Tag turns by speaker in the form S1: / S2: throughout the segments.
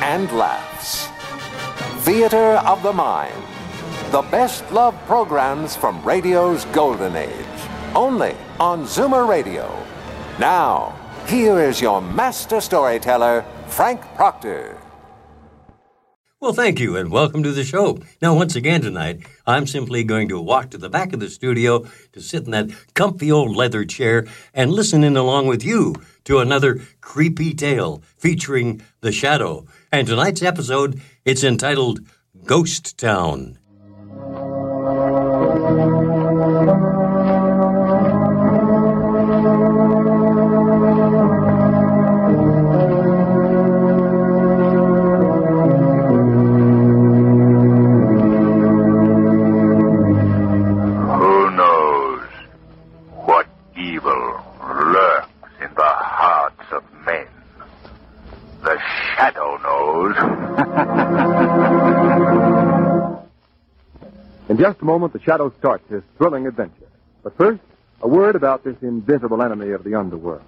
S1: and laughs. Theater of the Mind. The best love programs from radio's golden age. Only on Zoomer Radio. Now, here is your master storyteller, Frank Proctor.
S2: Well, thank you, and welcome to the show. Now, once again tonight, I'm simply going to walk to the back of the studio to sit in that comfy old leather chair and listen in along with you to another creepy tale featuring the shadow. And tonight's episode, it's entitled Ghost Town.
S3: Who knows what evil lurks in the hearts of men? The shadow knows.
S4: In just a moment, the Shadow starts his thrilling adventure. But first, a word about this invisible enemy of the underworld.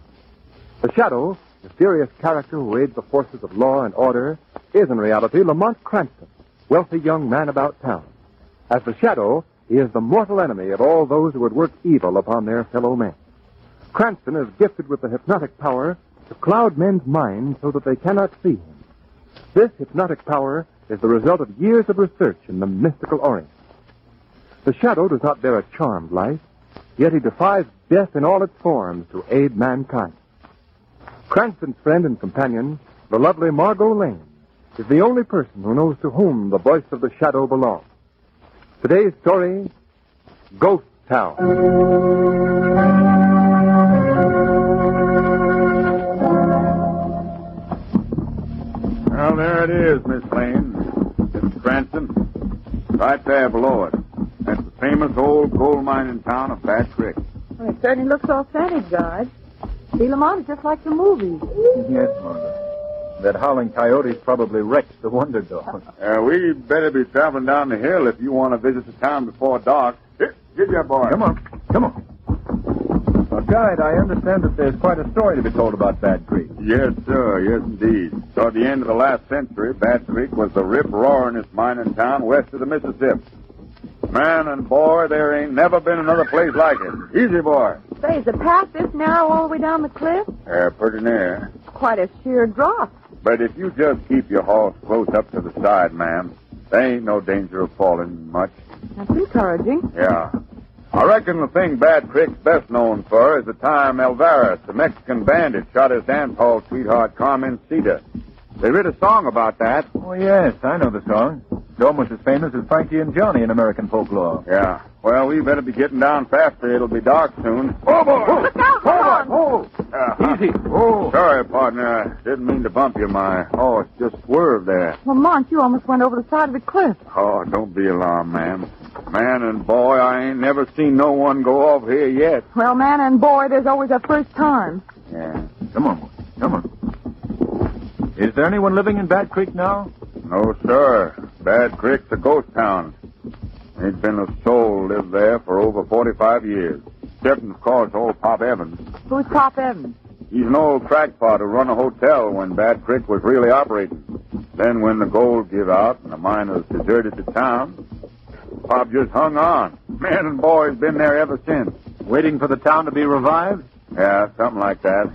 S4: The Shadow, mysterious character who aids the forces of law and order, is in reality Lamont Cranston, wealthy young man about town. As the Shadow, he is the mortal enemy of all those who would work evil upon their fellow men. Cranston is gifted with the hypnotic power to cloud men's minds so that they cannot see him. This hypnotic power is the result of years of research in the mystical orient. The shadow does not bear a charmed life, yet he defies death in all its forms to aid mankind. Cranston's friend and companion, the lovely Margot Lane, is the only person who knows to whom the voice of the shadow belongs. Today's story Ghost Town.
S5: Well, there it is, Miss Lane. It's Cranston. Right there below it. That's the famous old gold mining town of Bass Creek.
S6: Well, it certainly looks authentic, George. See, Lamont is just like the movies.
S7: Yes, Margaret. That howling coyote's probably wrecked the Wonder Dog.
S5: Uh, we better be traveling down the hill if you want to visit the town before dark. Here, give your boy. Come on. Come on.
S7: Now, guide, I understand that there's quite a story to be told about Bad Creek.
S5: Yes, sir. Yes, indeed. Toward the end of the last century, Bass Creek was the rip roaringest mining town west of the Mississippi. Man and boy, there ain't never been another place like it. Easy, boy.
S6: Say, is the path this narrow all the way down the cliff?
S5: Uh, pretty near.
S6: It's quite a sheer drop.
S5: But if you just keep your horse close up to the side, ma'am, there ain't no danger of falling much.
S6: That's encouraging.
S5: Yeah. I reckon the thing Bad Creek's best known for is the time Alvarez, the Mexican bandit, shot his dance hall sweetheart Carmen Cedar. They writ a song about that.
S7: Oh, yes, I know the song. It's almost as famous as Frankie and Johnny in American folklore.
S5: Yeah. Well, we better be getting down faster. It'll be dark soon. Oh, boy!
S6: Look out, Lamont!
S5: Oh! Easy. Oh. Sorry, partner. I didn't mean to bump you. My horse just swerved there.
S6: Lamont, you almost went over the side of the cliff.
S5: Oh, don't be alarmed, ma'am. Man and boy, I ain't never seen no one go off here yet.
S6: Well, man and boy, there's always a first time.
S5: Yeah.
S7: Come on, boy. Come on. Is there anyone living in Bad Creek now?
S5: No, sir. Bad Creek's a ghost town. Ain't been a soul lived there for over 45 years. Excepting, of course, old Pop Evans.
S6: Who's Pop Evans?
S5: He's an old crackpot who run a hotel when Bad Creek was really operating. Then when the gold give out and the miners deserted the town, Pop just hung on. Man and boy's been there ever since.
S7: Waiting for the town to be revived?
S5: Yeah, something like that.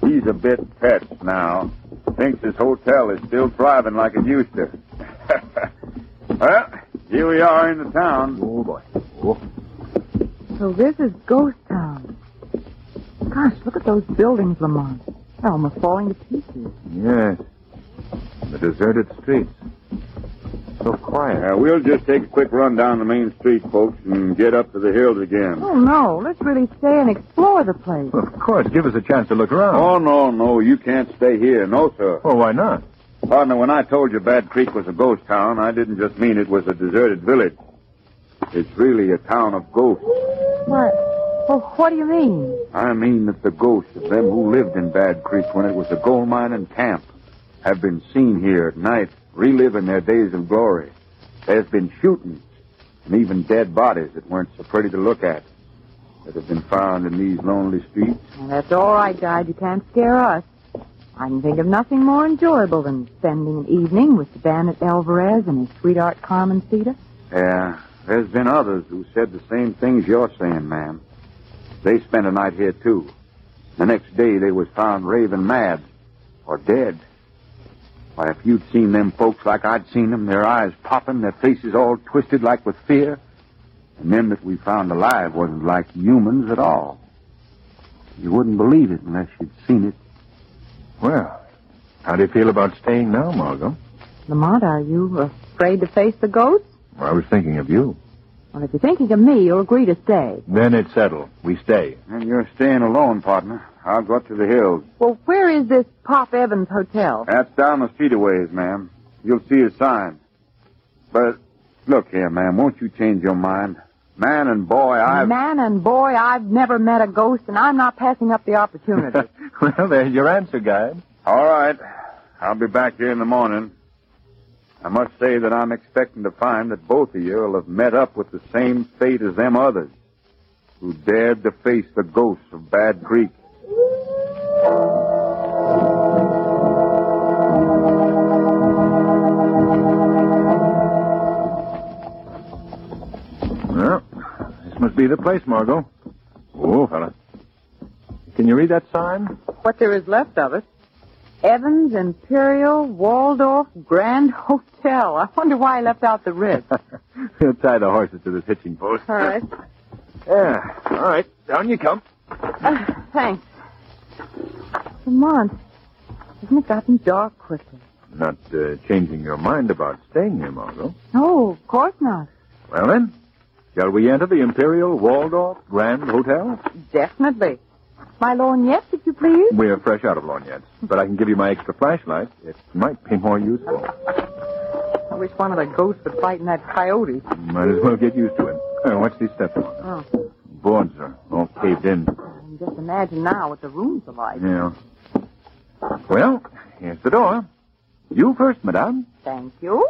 S5: He's a bit fetched now. Thinks his hotel is still thriving like it used to. well, here we are in the town.
S7: Oh, boy.
S6: So this is Ghost Town. Gosh, look at those buildings, Lamont. They're almost falling to pieces.
S7: Yes. The deserted streets.
S4: So quiet.
S5: Uh, we'll just take a quick run down the main street, folks, and get up to the hills again.
S6: Oh, no. Let's really stay and explore the place.
S7: Well, of course. Give us a chance to look around.
S5: Oh, no, no, you can't stay here. No, sir.
S7: Well, why not?
S5: Partner, when I told you Bad Creek was a ghost town, I didn't just mean it was a deserted village. It's really a town of ghosts.
S6: What? Well, what do you mean?
S5: I mean that the ghosts of them who lived in Bad Creek when it was a gold mine and camp have been seen here at night, reliving their days of glory. There's been shootings and even dead bodies that weren't so pretty to look at that have been found in these lonely streets.
S6: Well, that's all right, Guide. You can't scare us. I can think of nothing more enjoyable than spending an evening with the bandit Alvarez and his sweetheart Carmen Cita.
S5: Yeah, there's been others who said the same things you're saying, ma'am. They spent a night here, too. The next day, they was found raving mad or dead. Why, if you'd seen them folks like I'd seen them, their eyes popping, their faces all twisted like with fear, and them that we found alive wasn't like humans at all. You wouldn't believe it unless you'd seen it.
S7: Well, how do you feel about staying now, Margot?
S6: Lamont, are you afraid to face the ghosts?
S7: Well, I was thinking of you.
S6: Well, if you're thinking of me, you'll agree to stay.
S7: Then it's settled. We stay.
S5: And you're staying alone, partner. I'll go up to the hills.
S6: Well, where is this Pop Evans Hotel?
S5: That's down the street a ways, ma'am. You'll see a sign. But look here, ma'am, won't you change your mind? Man and boy, I've.
S6: Man and boy, I've never met a ghost, and I'm not passing up the opportunity.
S7: well, there's your answer, guide.
S5: All right. I'll be back here in the morning. I must say that I'm expecting to find that both of you will have met up with the same fate as them others who dared to face the ghosts of Bad Creek.
S7: Well, this must be the place, Margot. Oh, fella. Can you read that sign?
S6: what there is left of it. Evans Imperial Waldorf Grand Hotel. I wonder why I left out the rib.
S7: We'll tie the horses to this hitching post.
S6: All right.
S7: Yeah. All right. Down you come.
S6: Uh, thanks. Lamont, hasn't it gotten dark quickly?
S7: Not uh, changing your mind about staying here, Margot.
S6: No, of course not.
S7: Well, then, shall we enter the Imperial Waldorf Grand Hotel?
S6: Definitely. My lorgnette, if you please.
S7: We're fresh out of lorgnettes, but I can give you my extra flashlight. It might be more useful.
S6: I wish one of the ghosts would fight in that coyote.
S7: Might as well get used to it. Here, watch these steps, Margot.
S6: Oh,
S7: Boards are all caved in.
S6: I can just imagine now what the rooms are like.
S7: Yeah. Well, here's the door. You first, madame.
S6: Thank you.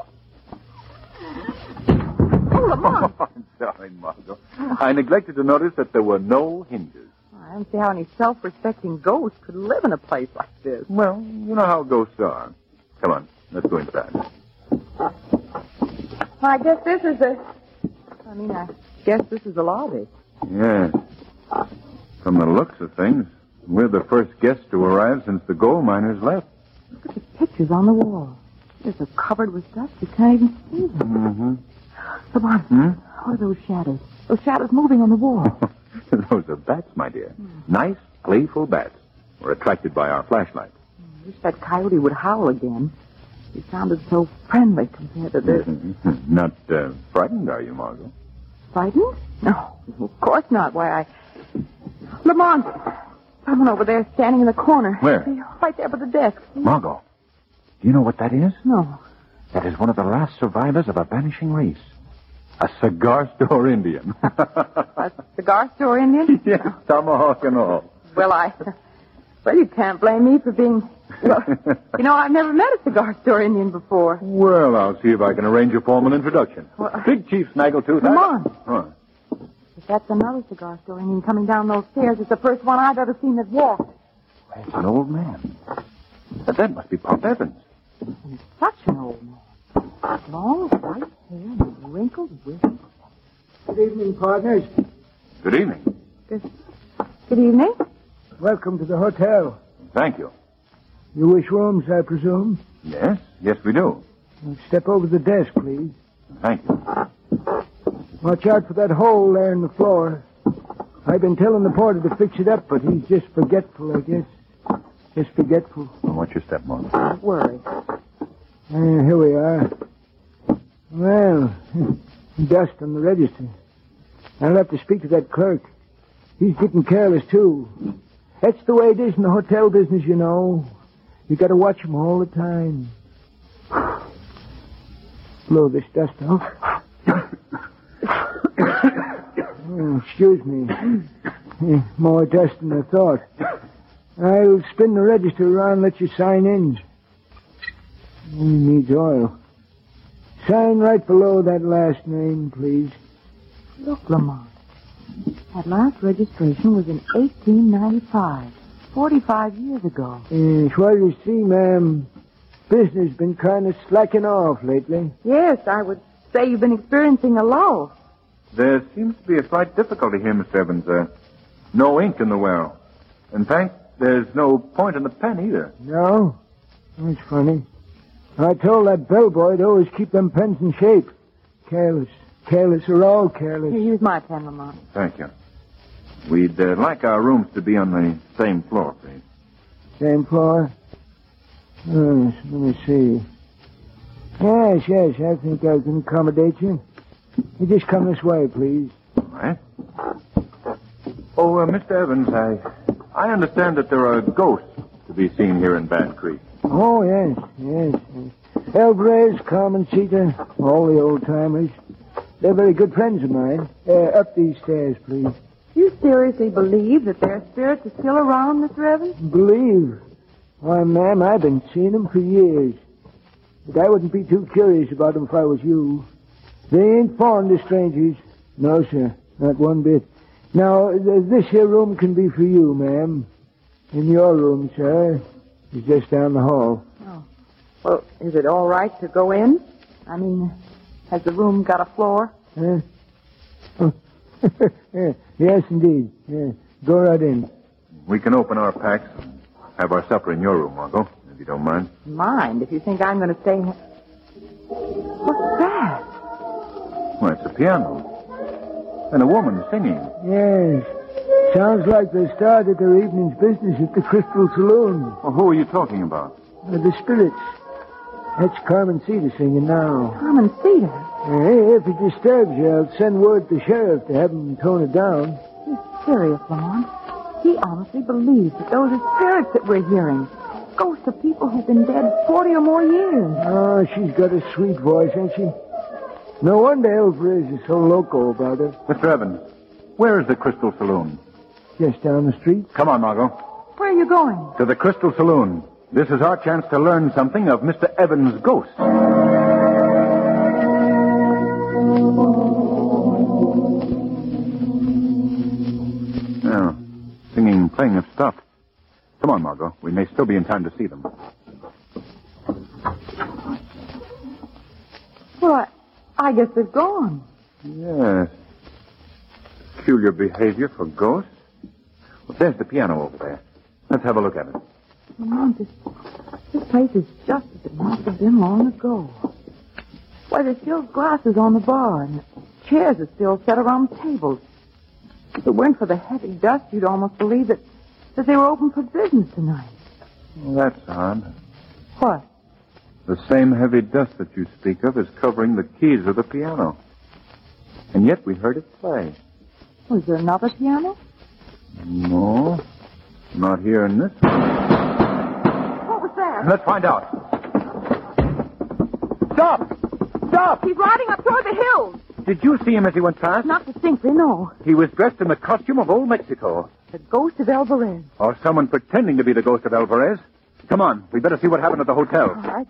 S6: Oh, Lamont.
S7: I'm sorry, Margot. I neglected to notice that there were no hinges.
S6: I don't see how any self-respecting ghost could live in a place like this.
S7: Well, you know how ghosts are. Come on, let's go inside.
S6: I guess this is the. I mean, I guess this is the lobby.
S7: Yes. From the looks of things, we're the first guests to arrive since the gold miners left.
S6: Look at the pictures on the wall. They're so covered with dust you can't even see them.
S7: Mm-hmm.
S6: Come on.
S7: Hmm?
S6: What are those shadows? Those shadows moving on the wall.
S7: Those are bats, my dear. Nice, playful bats. Were attracted by our flashlight.
S6: I wish that coyote would howl again. He sounded so friendly compared to this.
S7: Mm-hmm. Not uh, frightened, are you, Margot?
S6: Frightened? No, of course not. Why, I. Lamont! Someone over there standing in the corner.
S7: Where?
S6: See, Right there by the desk.
S7: Margot, do you know what that is?
S6: No.
S7: That is one of the last survivors of a vanishing race. A cigar store Indian.
S6: A cigar store Indian?
S7: yes, tomahawk and all.
S6: Well, I. Well, you can't blame me for being. Well, you know, I've never met a cigar store Indian before.
S7: Well, I'll see if I can arrange a formal introduction.
S6: Well- uh,
S7: Big Chief Snaggletooth.
S6: Come
S7: I-
S6: on.
S7: Huh.
S6: If that's another cigar store Indian coming down those stairs, it's the first one I've ever seen that walked.
S7: There's an old man. But that must be Pop Evans.
S6: Such an old man. Long, white hair and wrinkled whiskeys.
S8: Good evening, partners.
S7: Good evening.
S6: Good evening.
S8: Welcome to the hotel.
S7: Thank you.
S8: You wish rooms, I presume?
S7: Yes, yes, we do.
S8: Well, Step over the desk, please.
S7: Thank you.
S8: Watch out for that hole there in the floor. I've been telling the porter to fix it up, but he's just forgetful, I guess. Just forgetful.
S7: Well, what's your step, Margot?
S6: Don't worry.
S8: Uh, here we are. Well, dust on the register. I'll have to speak to that clerk. He's getting careless, too. That's the way it is in the hotel business, you know. You gotta watch 'em all the time. Blow this dust off. Oh, excuse me. Eh, More dust than I thought. I'll spin the register around and let you sign in. It needs oil. Sign right below that last name, please.
S6: Look, Lamont. That last registration was in 1895, 45 years ago.
S8: Uh, well, you see, ma'am, business been kind of slacking off lately.
S6: Yes, I would say you've been experiencing a lull.
S7: There seems to be a slight difficulty here, Mr. Evans. Uh, no ink in the well. In fact, there's no point in the pen either.
S8: No? That's funny. I told that bellboy to always keep them pens in shape. Careless. Careless are all
S6: Here,
S8: careless.
S6: use my pen, Lamont.
S7: Thank you. We'd uh, like our rooms to be on the same floor, please.
S8: Same floor? Yes, let me see. Yes, yes, I think I can accommodate you. You just come this way, please.
S7: All right. Oh, uh, Mr. Evans, I, I understand that there are ghosts to be seen here in Bat Creek.
S8: Oh, yes, yes. yes. Alvarez, Carmen Cita, all the old timers. They're very good friends of mine. Uh, up these stairs, please.
S6: Do you seriously believe that their spirits are still around, Mr. Evans?
S8: Believe? Why, ma'am, I've been seeing them for years. But I wouldn't be too curious about them if I was you. They ain't foreign to strangers. No, sir, not one bit. Now, th- this here room can be for you, ma'am. In your room, sir, is just down the hall.
S6: Well, is it all right to go in? I mean, has the room got a floor?
S8: Huh? Yeah, yes, indeed. Yeah. Go right in.
S7: We can open our packs and have our supper in your room, Margot, if you don't mind.
S6: Mind, if you think I'm going to stay. What's that?
S7: Well, it's a piano. And a woman singing.
S8: Yes. Sounds like they started their evening's business at the Crystal Saloon.
S7: Well, who are you talking about?
S8: Uh, the spirits. That's Carmen Cedar singing now.
S6: Common cedar.
S8: Uh, hey, if it disturbs you, I'll send word to sheriff to have him tone it down.
S6: He's serious, Lamont. He honestly believes that those are spirits that we're hearing. Ghosts of people who've been dead 40 or more years.
S8: Oh, she's got a sweet voice, ain't she? No wonder Alvarez is so loco about her.
S7: Mr. Evans, where is the Crystal Saloon?
S8: Just down the street.
S7: Come on, Margot.
S6: Where are you going?
S7: To the Crystal Saloon. This is our chance to learn something of Mr. Evans' ghost. Oh, singing, playing have stopped. Come on, Margot. We may still be in time to see them.
S6: Well, I, I guess they've gone.
S7: Yes. Peculiar behavior for ghosts. Well, there's the piano over there. Let's have a look at it.
S6: Lamont, this, this place is just as it must have been long ago. Why, there's still glasses on the bar, and the chairs are still set around the tables. If it weren't for the heavy dust, you'd almost believe that, that they were open for business tonight.
S7: Well, that's odd.
S6: What?
S7: The same heavy dust that you speak of is covering the keys of the piano. And yet we heard it play.
S6: Was there another piano?
S7: No, not here in this. one.
S6: What was that?
S7: Let's find out. Stop! Stop!
S6: He's riding up toward the hills.
S7: Did you see him as he went past?
S6: Not distinctly, no.
S7: He was dressed in the costume of old Mexico.
S6: The ghost of Alvarez.
S7: Or someone pretending to be the ghost of Alvarez. Come on, we better see what happened at the hotel.
S6: All right.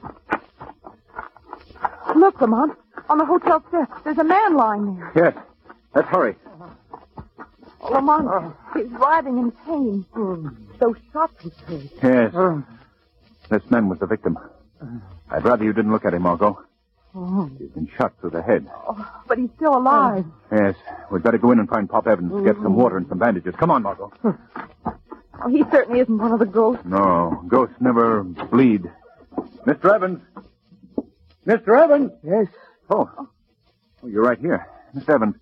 S6: Look, Lamont, on the hotel steps, there's a man lying there.
S7: Yes. Let's hurry.
S6: Lamont, he's writhing in pain. So shocked he is.
S7: Yes. This man was the victim. I'd rather you didn't look at him, Margot. He's been shot through the head.
S6: Hmm. But he's still alive.
S7: Yes. We'd better go in and find Pop Evans to get some water and some bandages. Come on, Margot.
S6: Oh, he certainly isn't one of the ghosts.
S7: No, ghosts never bleed. Mr. Evans! Mr. Evans!
S8: Yes.
S7: Oh. oh, you're right here. Mr. Evans,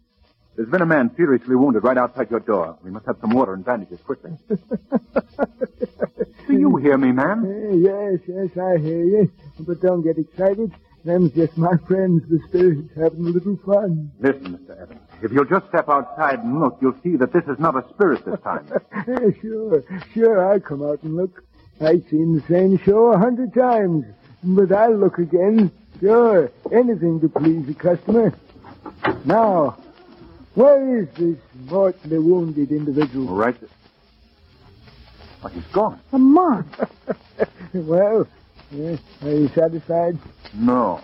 S7: there's been a man seriously wounded right outside your door. We must have some water and bandages quickly. Do you hear me, ma'am?
S8: Eh, yes, yes, I hear you. But don't get excited. Them's just my friends, the spirits, having a little fun.
S7: Listen, Mr. Evans. If you'll just step outside and look, you'll see that this is not a spirit this time.
S8: Yeah, sure, sure, I'll come out and look. I've seen the same show a hundred times, but I'll look again. Sure, anything to please the customer. Now, where is this mortally wounded individual?
S7: right. But he's gone.
S6: A month.
S8: well, yeah, are you satisfied?
S7: No.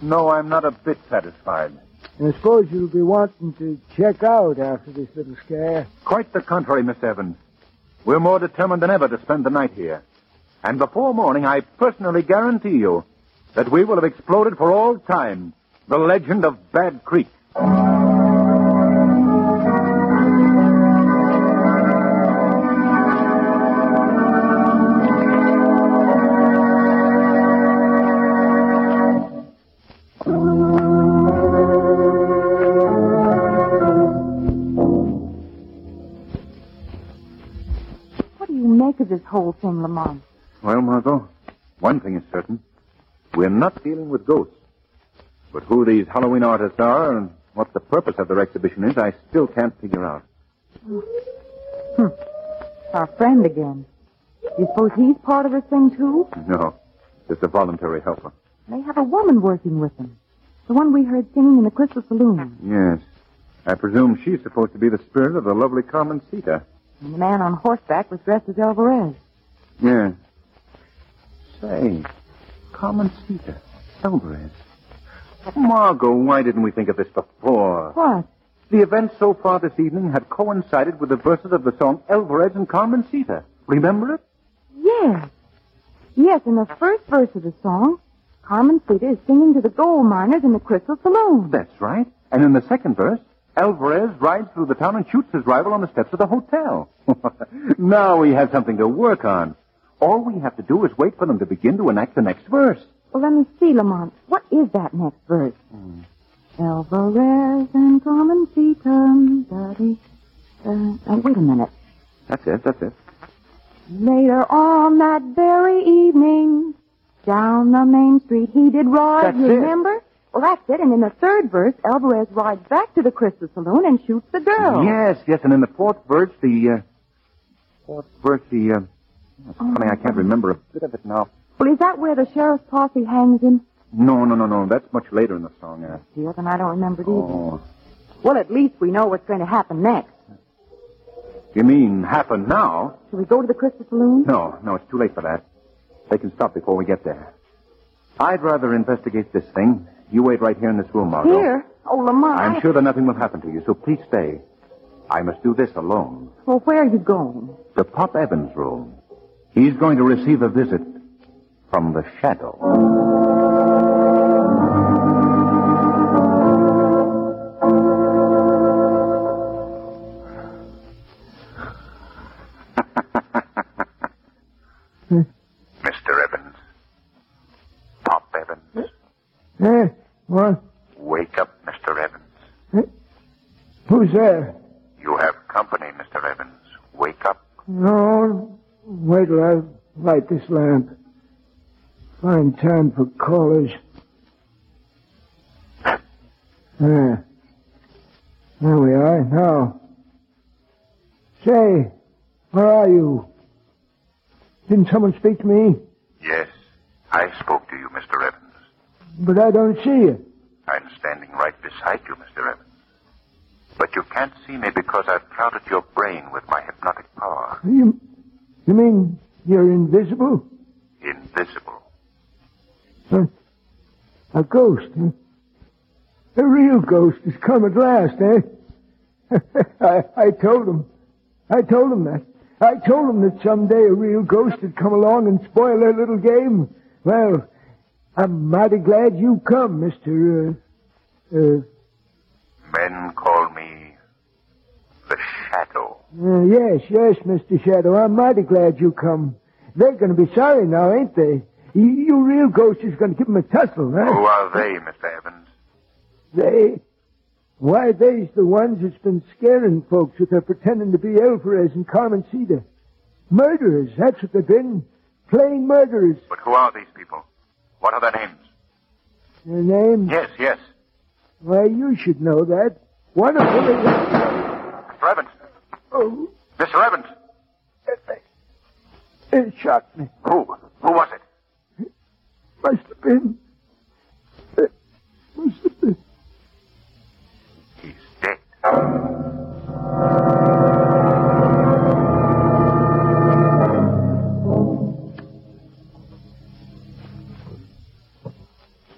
S7: No, I'm not a bit satisfied.
S8: I suppose you'll be wanting to check out after this little scare.
S7: Quite the contrary, Miss Evans. We're more determined than ever to spend the night here. And before morning, I personally guarantee you that we will have exploded for all time the legend of Bad Creek.
S6: What do you make of this whole thing, Lamont?
S7: Well, Margot, one thing is certain. We're not dealing with ghosts. But who these Halloween artists are and what the purpose of their exhibition is, I still can't figure out.
S6: Hmm. Our friend again. You suppose he's part of this thing, too?
S7: No, just a voluntary helper.
S6: They have a woman working with them. The one we heard singing in the Crystal Saloon.
S7: Yes. I presume she's supposed to be the spirit of the lovely Carmen Sita.
S6: And the man on horseback was dressed as Alvarez.
S7: Yeah. Say, Carmen Sita. Alvarez. Margot, why didn't we think of this before?
S6: What?
S7: The events so far this evening had coincided with the verses of the song Alvarez and Carmen Sita. Remember it?
S6: Yes. Yes, in the first verse of the song, Carmen Theta is singing to the gold miners in the Crystal Saloon.
S7: That's right. And in the second verse, Alvarez rides through the town and shoots his rival on the steps of the hotel. now we have something to work on. All we have to do is wait for them to begin to enact the next verse.
S6: Well, let me see, Lamont. What is that next verse?
S7: Hmm.
S6: Alvarez and Carmen Theta. Daddy. Uh, uh, wait a minute.
S7: That's it, that's it.
S6: Later on that very evening, down the main street he did ride,
S7: That's
S6: you
S7: it.
S6: remember? Well, that's it. And in the third verse, Alvarez rides back to the Crystal Saloon and shoots the girl.
S7: Oh. Yes, yes, and in the fourth verse, the, uh, fourth verse, the, uh, it's funny, I can't remember a bit of it now.
S6: Well, is that where the sheriff's posse hangs him?
S7: No, no, no, no, that's much later in the song, uh,
S6: Dear, then I don't remember it either.
S7: oh.
S6: Well, at least we know what's going to happen next.
S7: You mean happen now?
S6: Shall we go to the Crystal Saloon?
S7: No, no, it's too late for that. They can stop before we get there. I'd rather investigate this thing. You wait right here in this room, Margot.
S6: Here? Oh, Lamont.
S7: I'm
S6: I-
S7: sure that nothing will happen to you, so please stay. I must do this alone.
S6: Well, where are you going?
S7: To Pop Evans' room. He's going to receive a visit from the shadow.
S3: Mr. Evans. Pop Evans.
S8: Eh? What? Eh?
S3: Wake up, Mr. Evans.
S8: Who's there?
S3: You have company, Mr. Evans. Wake up.
S8: No. Wait till I light this lamp. Fine time for callers. There. There we are. Now. Say, where are you? Didn't someone speak to me?
S3: Yes, I spoke to you, Mr. Evans.
S8: But I don't see you.
S3: I'm standing right beside you, Mr. Evans. But you can't see me because I've clouded your brain with my hypnotic power.
S8: You, you mean you're invisible?
S3: Invisible.
S8: Huh? A ghost, huh? A real ghost has come at last, eh? I, I told him. I told him that. I told him that someday a real ghost would come along and spoil their little game. Well, I'm mighty glad you come, Mr. Uh, uh,
S3: Men call me the Shadow.
S8: Uh, yes, yes, Mr. Shadow. I'm mighty glad you come. They're going to be sorry now, ain't they? You, you real ghost is going to give 'em a tussle, huh?
S3: Who are they, Mr. Evans?
S8: They? Why, they's the ones that's been scaring folks with their pretending to be Alvarez and Carmen Cedar. Murderers, that's what they've been. Plain murderers.
S3: But who are these people? What are their names?
S9: Her name?
S7: Yes, yes.
S9: Why, you should know that. Wonderful.
S7: Mr. Evans.
S9: Oh,
S7: Mr. Evans.
S9: it shocked me.
S7: Who? Who was it?
S9: Must have been. It must have been.
S7: He's dead.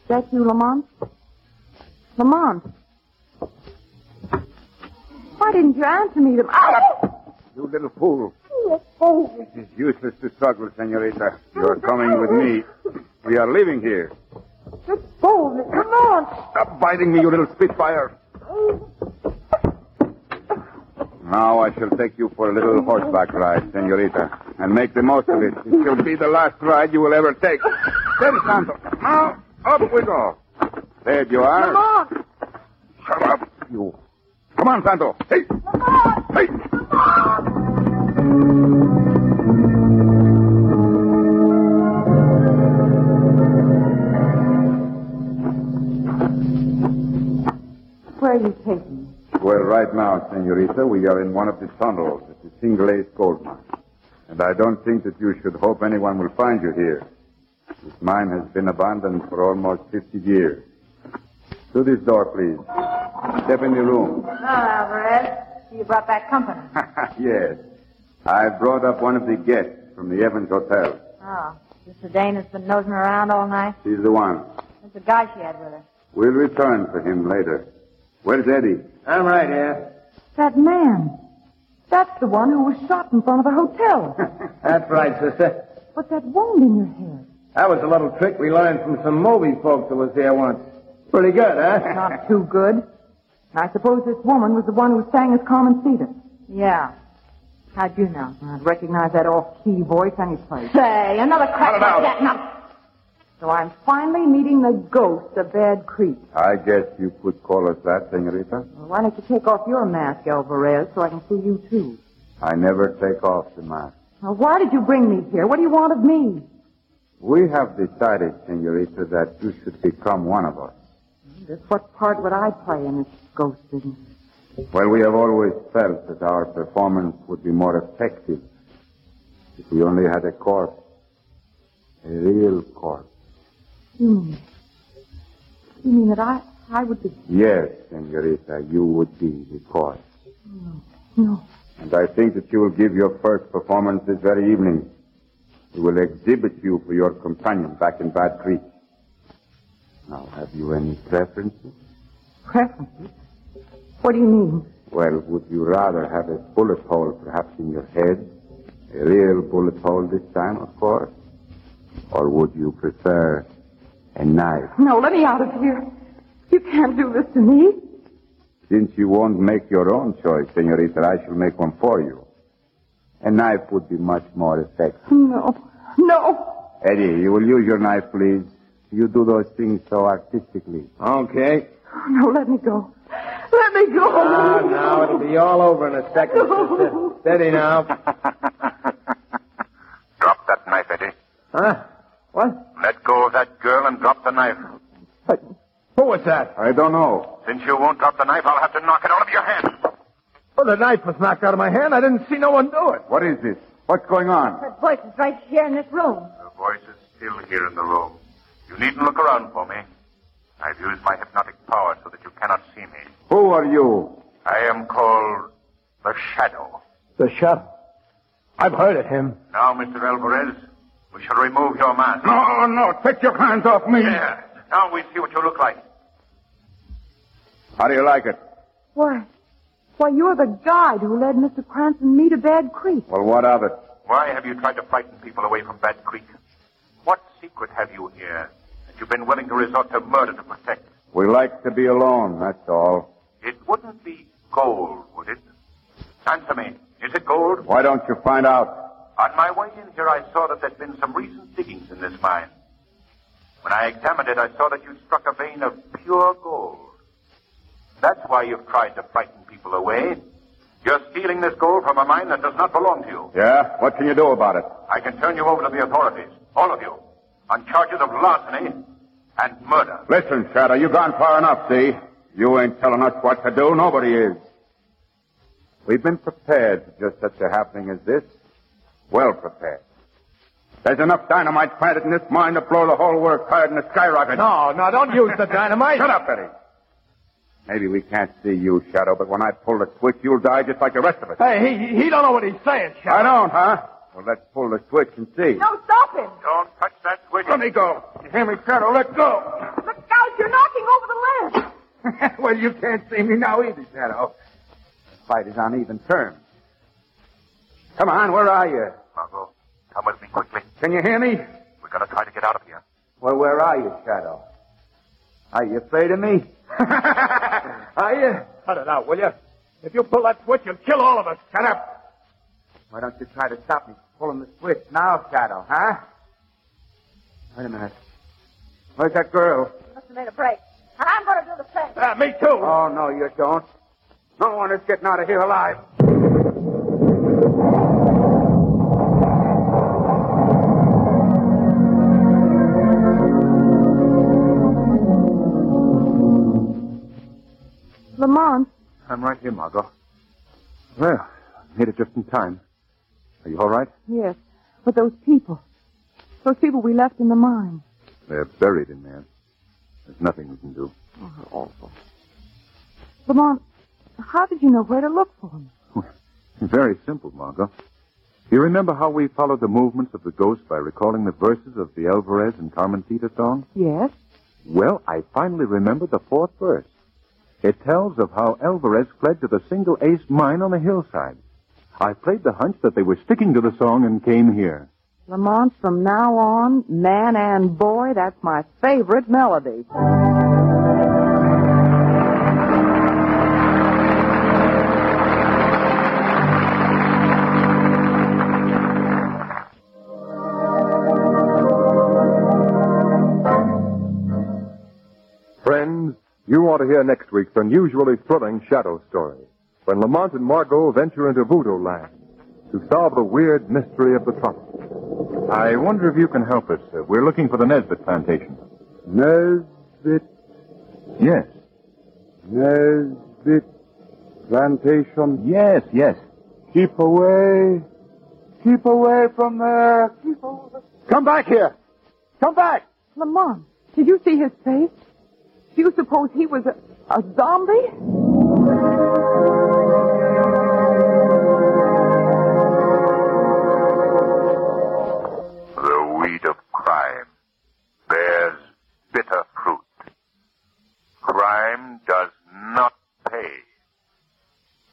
S6: That you, Lamont? Lamont. Why didn't you answer me? Out!
S5: You little fool.
S6: Oh,
S5: It is useless to struggle, senorita. You are coming with me. We are leaving here.
S6: just boldness. Lamont!
S5: Stop biting me, you little spitfire. Now I shall take you for a little horseback ride, senorita, and make the most of it. It shall be the last ride you will ever take. Then, Santo. Now, up we go. There you are.
S6: Lamont!
S5: Shut up, you. Come on, Santo. Hey. Hey.
S6: Where are you taking me?
S5: Well, right now, senorita, we are in one of the tunnels at the Single Ace Gold Mine. And I don't think that you should hope anyone will find you here. This mine has been abandoned for almost 50 years. To this door, please. Step in the room.
S6: Well, Alvarez, you brought back company.
S5: yes. I brought up one of the guests from the Evans Hotel.
S6: Oh, Mr. Dane has been nosing around all night.
S5: She's the one.
S6: That's a guy she had with her.
S5: We'll return for him later. Where's Eddie? I'm right here.
S6: That man. That's the one who was shot in front of the hotel.
S8: That's right, sister.
S6: but that wound in your head.
S8: That was a little trick we learned from some movie folks that was here once. Pretty good, huh?
S6: Not too good. And I suppose this woman was the one who sang as Carmen Cedar. Yeah. How'd you know? I'd recognize that off-key voice any place. Say, another crack like that. Now. So I'm finally meeting the ghost of Bad Creek.
S5: I guess you could call us that, senorita.
S6: Well, why don't you take off your mask, Alvarez, so I can see you too?
S5: I never take off the mask.
S6: Now, why did you bring me here? What do you want of me?
S5: We have decided, senorita, that you should become one of us.
S6: Just what part would I play in this ghost business?
S5: Well, we have always felt that our performance would be more effective if we only had a corpse. A real corpse.
S6: You mean? Hmm. You mean that I I would be?
S5: Yes, senorita, you would be the corpse.
S6: No,
S5: And I think that you will give your first performance this very evening. We will exhibit you for your companion back in Bad Creek. Now, have you any preferences?
S6: preferences. What do you mean?
S5: Well, would you rather have a bullet hole perhaps in your head? A real bullet hole this time, of course? Or would you prefer a knife?
S6: No, let me out of here. You can't do this to me.
S5: Since you won't make your own choice, senorita, I shall make one for you. A knife would be much more effective.
S6: No, no.
S5: Eddie, you will use your knife, please. You do those things so artistically.
S8: Okay.
S6: No, let me go. Let me go.
S8: Now, Ah, now, it'll be all over in a second, sister. Steady now.
S7: Drop that knife, Eddie.
S8: Huh? What?
S7: Let go of that girl and drop the knife.
S8: Who was that?
S5: I don't know.
S7: Since you won't drop the knife, I'll have to knock it out of your hand.
S8: Oh, the knife was knocked out of my hand. I didn't see no one do it.
S5: What is this? What's going on?
S6: That voice is right here in this room.
S7: The voice is still here in the room. You needn't look around for me. I've used my hypnotic power so that you cannot see me.
S5: Who are you?
S7: I am called the Shadow.
S9: The shot.
S8: I've heard of him.
S7: Now, Mr. Alvarez, we shall remove your mask.
S5: No, Oh, no, take your hands off me.
S7: There. Now we see what you look like.
S5: How do you like it?
S6: Why? Why, you're the guide who led Mr. Cranston and me to Bad Creek.
S5: Well, what of it?
S7: Why have you tried to frighten people away from Bad Creek? What secret have you here that you've been willing to resort to murder to protect?
S5: We like to be alone, that's all.
S7: It wouldn't be gold, would it? Answer me. Is it gold?
S5: Why don't you find out?
S7: On my way in here, I saw that there'd been some recent diggings in this mine. When I examined it, I saw that you'd struck a vein of pure gold. That's why you've tried to frighten people away. You're stealing this gold from a mine that does not belong to you.
S5: Yeah? What can you do about it?
S7: I can turn you over to the authorities, all of you, on charges of larceny
S3: and murder.
S5: Listen, Shadow, you've gone far enough, see? You ain't telling us what to do. Nobody is. We've been prepared for just such a happening as this. Well prepared. There's enough dynamite planted in this mine to blow the whole works higher than a skyrocket.
S7: No, no, don't use the dynamite.
S5: Shut up, Eddie. Maybe we can't see you, Shadow, but when I pull the switch, you'll die just like the rest of us.
S7: Hey, he, he don't know what he's saying,
S5: I don't, huh? Well, let's pull the switch and see.
S10: No, stop him!
S3: Don't touch that switch.
S5: Let me go. You hear me, Shadow? Let go.
S10: Look out, you're knocking over the ledge!
S5: well, you can't see me now either, Shadow. The fight is on even terms. Come on, where are you?
S3: Margot, come with me quickly.
S5: Can you hear me?
S3: We're going to try to get out of here.
S5: Well, where are you, Shadow? Are you afraid of me? are you?
S7: Cut it out, will you? If you pull that switch, you'll kill all of us.
S5: Shut up. Why don't you try to stop me from pulling the switch now, Shadow, huh? Wait a minute. Where's that girl?
S10: Must have made a break. And I'm going to do the same.
S7: Yeah, me too.
S5: Oh, no, you don't. No one is getting out of here alive.
S6: Lamont,
S7: I'm right here, Margot. Well, I made it just in time. Are you all right?
S6: yes, but those people. Those people we left in the mine.
S7: They're buried in there. There's nothing we can do.
S6: Oh, how awful. Lamont, how did you know where to look for them?
S7: Very simple, Margot. You remember how we followed the movements of the ghost by recalling the verses of the Alvarez and Carmencita song?
S6: Yes.
S7: Well, I finally remembered the fourth verse. It tells of how Alvarez fled to the single ace mine on the hillside. I played the hunch that they were sticking to the song and came here.
S6: Lamont, from now on, man and boy, that's my favorite melody.
S4: Friends, you want to hear next week's unusually thrilling shadow story when Lamont and Margot venture into voodoo land to solve the weird mystery of the tropics.
S7: I wonder if you can help us. Uh, we're looking for the Nesbit plantation.
S4: Nesbit,
S7: Yes.
S4: Nesbit plantation.
S7: Yes, yes.
S4: Keep away. Keep away from there. Keep away.
S7: Come back here. Come back.
S6: Lamont, did you see his face? Do you suppose he was a, a zombie?
S3: The weed of crime bears bitter fruit. Crime does not pay.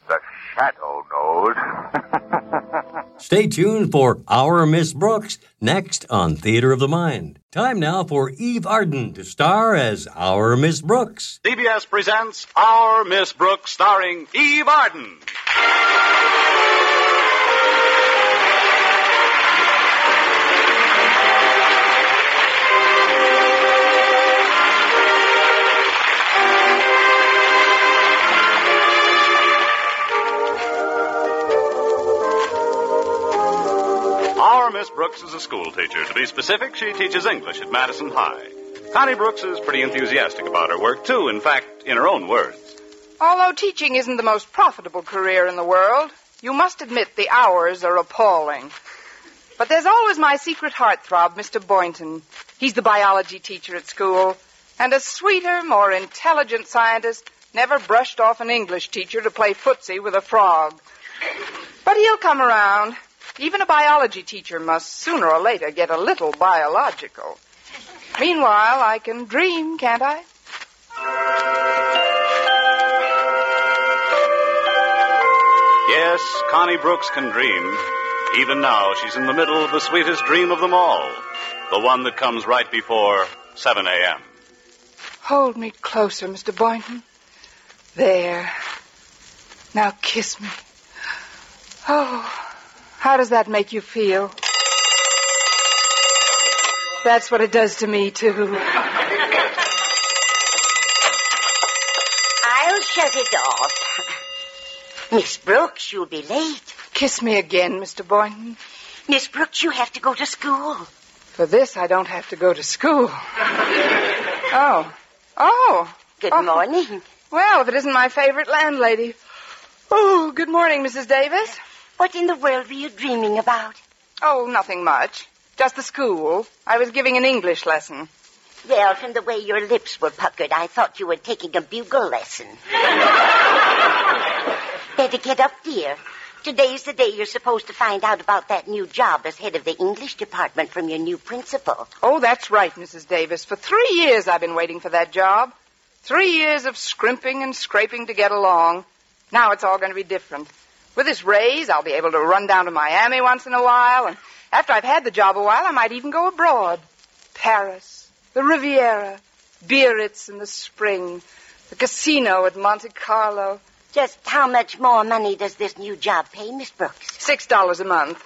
S3: The shadow knows.
S2: Stay tuned for Our Miss Brooks next on Theater of the Mind. Time now for Eve Arden to star as Our Miss Brooks.
S11: CBS presents Our Miss Brooks, starring Eve Arden. Our Miss Brooks is a school teacher. To be specific, she teaches English at Madison High. Connie Brooks is pretty enthusiastic about her work, too, in fact, in her own words.
S12: Although teaching isn't the most profitable career in the world, you must admit the hours are appalling. But there's always my secret heartthrob, Mr. Boynton. He's the biology teacher at school, and a sweeter, more intelligent scientist never brushed off an English teacher to play footsie with a frog. But he'll come around. Even a biology teacher must sooner or later get a little biological. Meanwhile, I can dream, can't I?
S11: Yes, Connie Brooks can dream. Even now, she's in the middle of the sweetest dream of them all the one that comes right before 7 a.m.
S12: Hold me closer, Mr. Boynton. There. Now kiss me. Oh, how does that make you feel? That's what it does to me, too.
S10: I'll shut it off. Miss Brooks, you'll be late.
S12: Kiss me again, Mr. Boynton.
S10: Miss Brooks, you have to go to school.
S12: For this, I don't have to go to school. Oh. Oh.
S10: Good morning.
S12: Well, if it isn't my favorite landlady. Oh, good morning, Mrs. Davis.
S10: What in the world were you dreaming about?
S12: Oh, nothing much. Just the school. I was giving an English lesson.
S10: Well, from the way your lips were puckered, I thought you were taking a bugle lesson. Better get up, dear. Today's the day you're supposed to find out about that new job as head of the English department from your new principal.
S12: Oh, that's right, Mrs. Davis. For three years I've been waiting for that job. Three years of scrimping and scraping to get along. Now it's all going to be different. With this raise, I'll be able to run down to Miami once in a while, and after I've had the job a while, I might even go abroad. Paris, the Riviera, Biarritz in the spring, the casino at Monte Carlo.
S10: Just how much more money does this new job pay, Miss Brooks?
S12: Six dollars a month.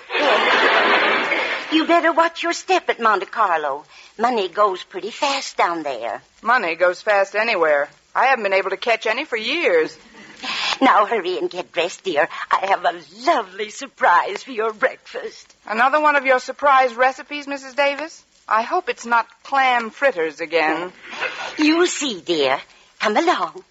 S10: You better watch your step at Monte Carlo. Money goes pretty fast down there.
S12: Money goes fast anywhere. I haven't been able to catch any for years.
S10: Now hurry and get dressed, dear. I have a lovely surprise for your breakfast.
S12: Another one of your surprise recipes, Mrs. Davis? I hope it's not clam fritters again.
S10: You'll see, dear. Come along.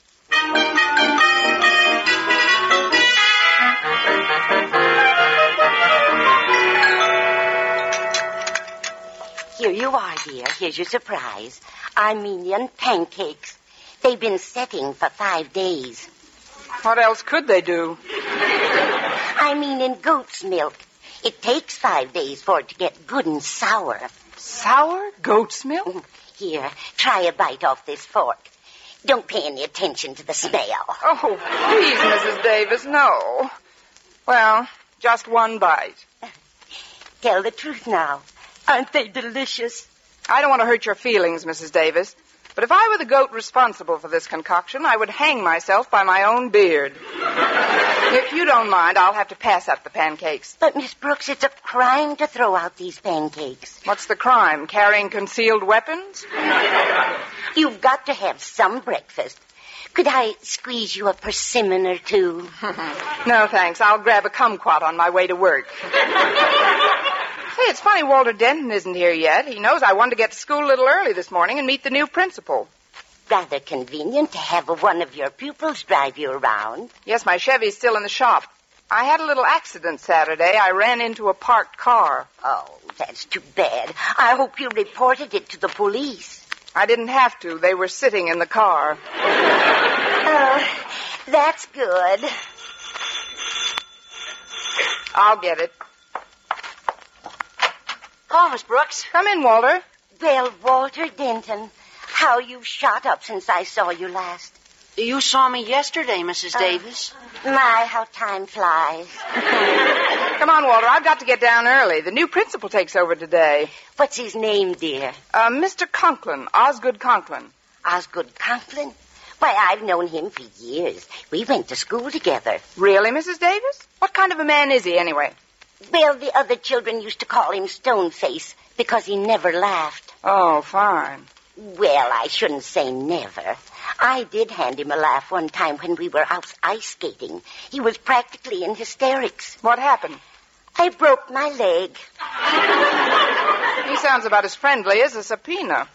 S10: Here you are, dear. Here's your surprise. Armenian pancakes. They've been setting for five days.
S12: What else could they do?
S10: I mean in goat's milk. It takes five days for it to get good and sour. Mm-hmm.
S12: Sour goat's milk?
S10: Here, try a bite off this fork. Don't pay any attention to the smell.
S12: Oh, please, Mrs. Davis, no. Well, just one bite.
S10: Tell the truth now. Aren't they delicious?
S12: I don't want to hurt your feelings, Mrs. Davis, but if I were the goat responsible for this concoction, I would hang myself by my own beard. if you don't mind, I'll have to pass up the pancakes.
S10: But, Miss Brooks, it's a crime to throw out these pancakes.
S12: What's the crime? Carrying concealed weapons?
S10: You've got to have some breakfast. Could I squeeze you a persimmon or two?
S12: no, thanks. I'll grab a kumquat on my way to work. Hey, it's funny Walter Denton isn't here yet. He knows I wanted to get to school a little early this morning and meet the new principal.
S10: Rather convenient to have one of your pupils drive you around.
S12: Yes, my Chevy's still in the shop. I had a little accident Saturday. I ran into a parked car.
S10: Oh, that's too bad. I hope you reported it to the police.
S12: I didn't have to. They were sitting in the car.
S10: oh, that's good.
S12: I'll get it.
S10: Oh, Miss Brooks.
S12: Come in, Walter.
S10: Well, Walter Denton, how you've shot up since I saw you last.
S13: You saw me yesterday, Mrs. Davis.
S10: Uh, my, how time flies.
S12: Come on, Walter. I've got to get down early. The new principal takes over today.
S10: What's his name, dear?
S12: Uh, Mr. Conklin, Osgood Conklin.
S10: Osgood Conklin? Why, I've known him for years. We went to school together.
S12: Really, Mrs. Davis? What kind of a man is he, anyway?
S10: Well, the other children used to call him Stoneface because he never laughed.
S12: Oh, fine.
S10: Well, I shouldn't say never. I did hand him a laugh one time when we were out ice skating. He was practically in hysterics.
S12: What happened?
S10: I broke my leg.
S12: he sounds about as friendly as a subpoena.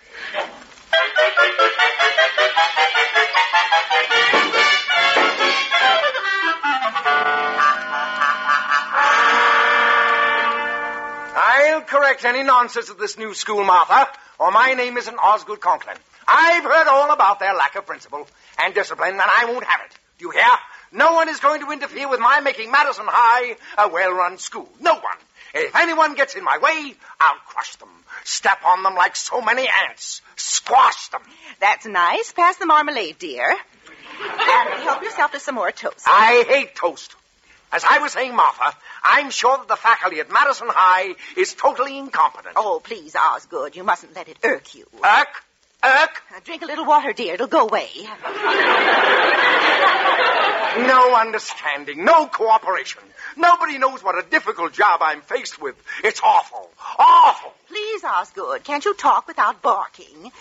S14: I'll correct any nonsense of this new school, Martha, or my name isn't Osgood Conklin. I've heard all about their lack of principle and discipline, and I won't have it. Do you hear? No one is going to interfere with my making Madison High a well-run school. No one. If anyone gets in my way, I'll crush them. Step on them like so many ants. Squash them.
S15: That's nice. Pass the marmalade, dear. And help yourself to some more toast.
S14: I hate toast. As I was saying, Martha, I'm sure that the faculty at Madison High is totally incompetent.
S15: Oh, please, Osgood, you mustn't let it irk you.
S14: Irk? Irk?
S15: Drink a little water, dear. It'll go away.
S14: no understanding, no cooperation. Nobody knows what a difficult job I'm faced with. It's awful. Awful.
S15: Please, Osgood, can't you talk without barking?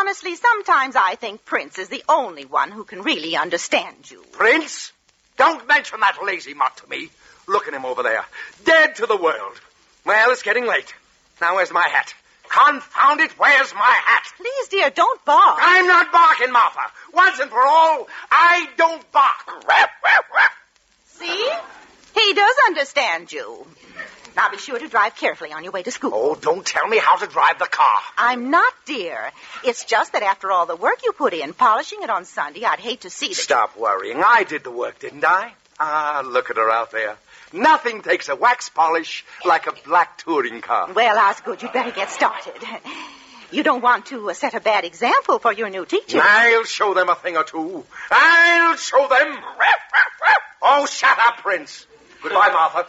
S15: Honestly, sometimes I think Prince is the only one who can really understand you.
S14: Prince? Don't mention that lazy mutt to me. Look at him over there. Dead to the world. Well, it's getting late. Now, where's my hat? Confound it, where's my hat?
S15: Please, dear, don't bark.
S14: I'm not barking, Martha. Once and for all, I don't bark.
S15: See? He does understand you. Now be sure to drive carefully on your way to school.
S14: Oh, don't tell me how to drive the car.
S15: I'm not, dear. It's just that after all the work you put in polishing it on Sunday, I'd hate to see that.
S14: Stop worrying. I did the work, didn't I? Ah, look at her out there. Nothing takes a wax polish like a black touring car.
S15: Well, Osgood, you'd better get started. You don't want to uh, set a bad example for your new teacher.
S14: I'll show them a thing or two. I'll show them. Oh, shut up, Prince. Goodbye, Martha.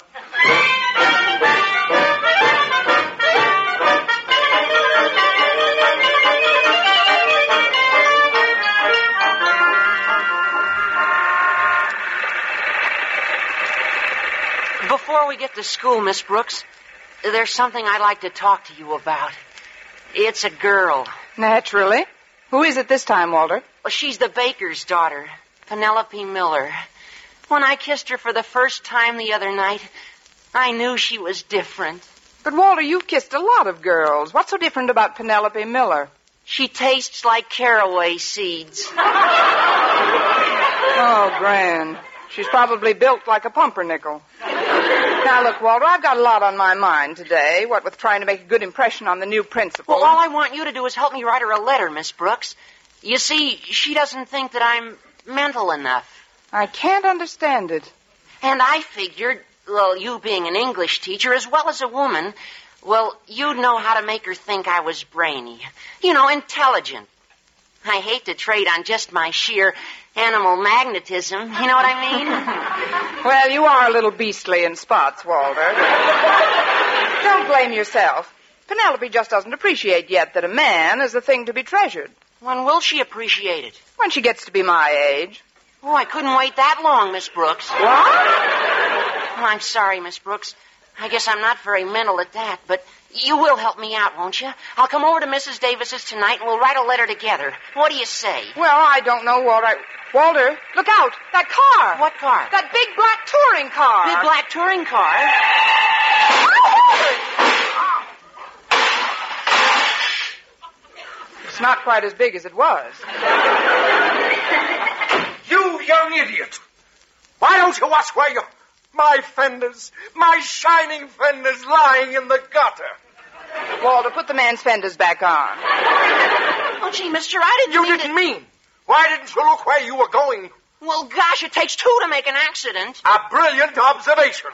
S13: Before we get to school, Miss Brooks, there's something I'd like to talk to you about. It's a girl.
S12: Naturally. Who is it this time, Walter?
S13: Well, she's the baker's daughter, Penelope Miller. When I kissed her for the first time the other night, I knew she was different.
S12: But, Walter, you've kissed a lot of girls. What's so different about Penelope Miller?
S13: She tastes like caraway seeds.
S12: Oh, grand. She's probably built like a pumpernickel. Now, look, Walter, I've got a lot on my mind today, what with trying to make a good impression on the new principal.
S13: Well, all I want you to do is help me write her a letter, Miss Brooks. You see, she doesn't think that I'm mental enough.
S12: I can't understand it.
S13: And I figured, well, you being an English teacher as well as a woman, well, you'd know how to make her think I was brainy. You know, intelligent. I hate to trade on just my sheer animal magnetism. You know what I mean?
S12: Well, you are a little beastly in spots, Walter. Don't blame yourself. Penelope just doesn't appreciate yet that a man is a thing to be treasured.
S13: When will she appreciate it?
S12: When she gets to be my age.
S13: Oh, I couldn't wait that long, Miss Brooks. What? Well, Oh, I'm sorry, Miss Brooks. I guess I'm not very mental at that, but you will help me out, won't you? I'll come over to Mrs. Davis's tonight and we'll write a letter together. What do you say?
S12: Well, I don't know, Walter. Walter, look out! That car!
S13: What car?
S12: That big black touring car!
S13: Big black touring car?
S12: It's not quite as big as it was.
S14: You young idiot! Why don't you ask where you my fenders, my shining fenders lying in the gutter?
S12: Walter, put the man's fenders back on.
S13: Oh, gee, mister, I didn't
S14: You
S13: mean
S14: didn't
S13: to-
S14: mean. Why didn't you look where you were going?
S13: Well, gosh, it takes two to make an accident.
S14: A brilliant observation.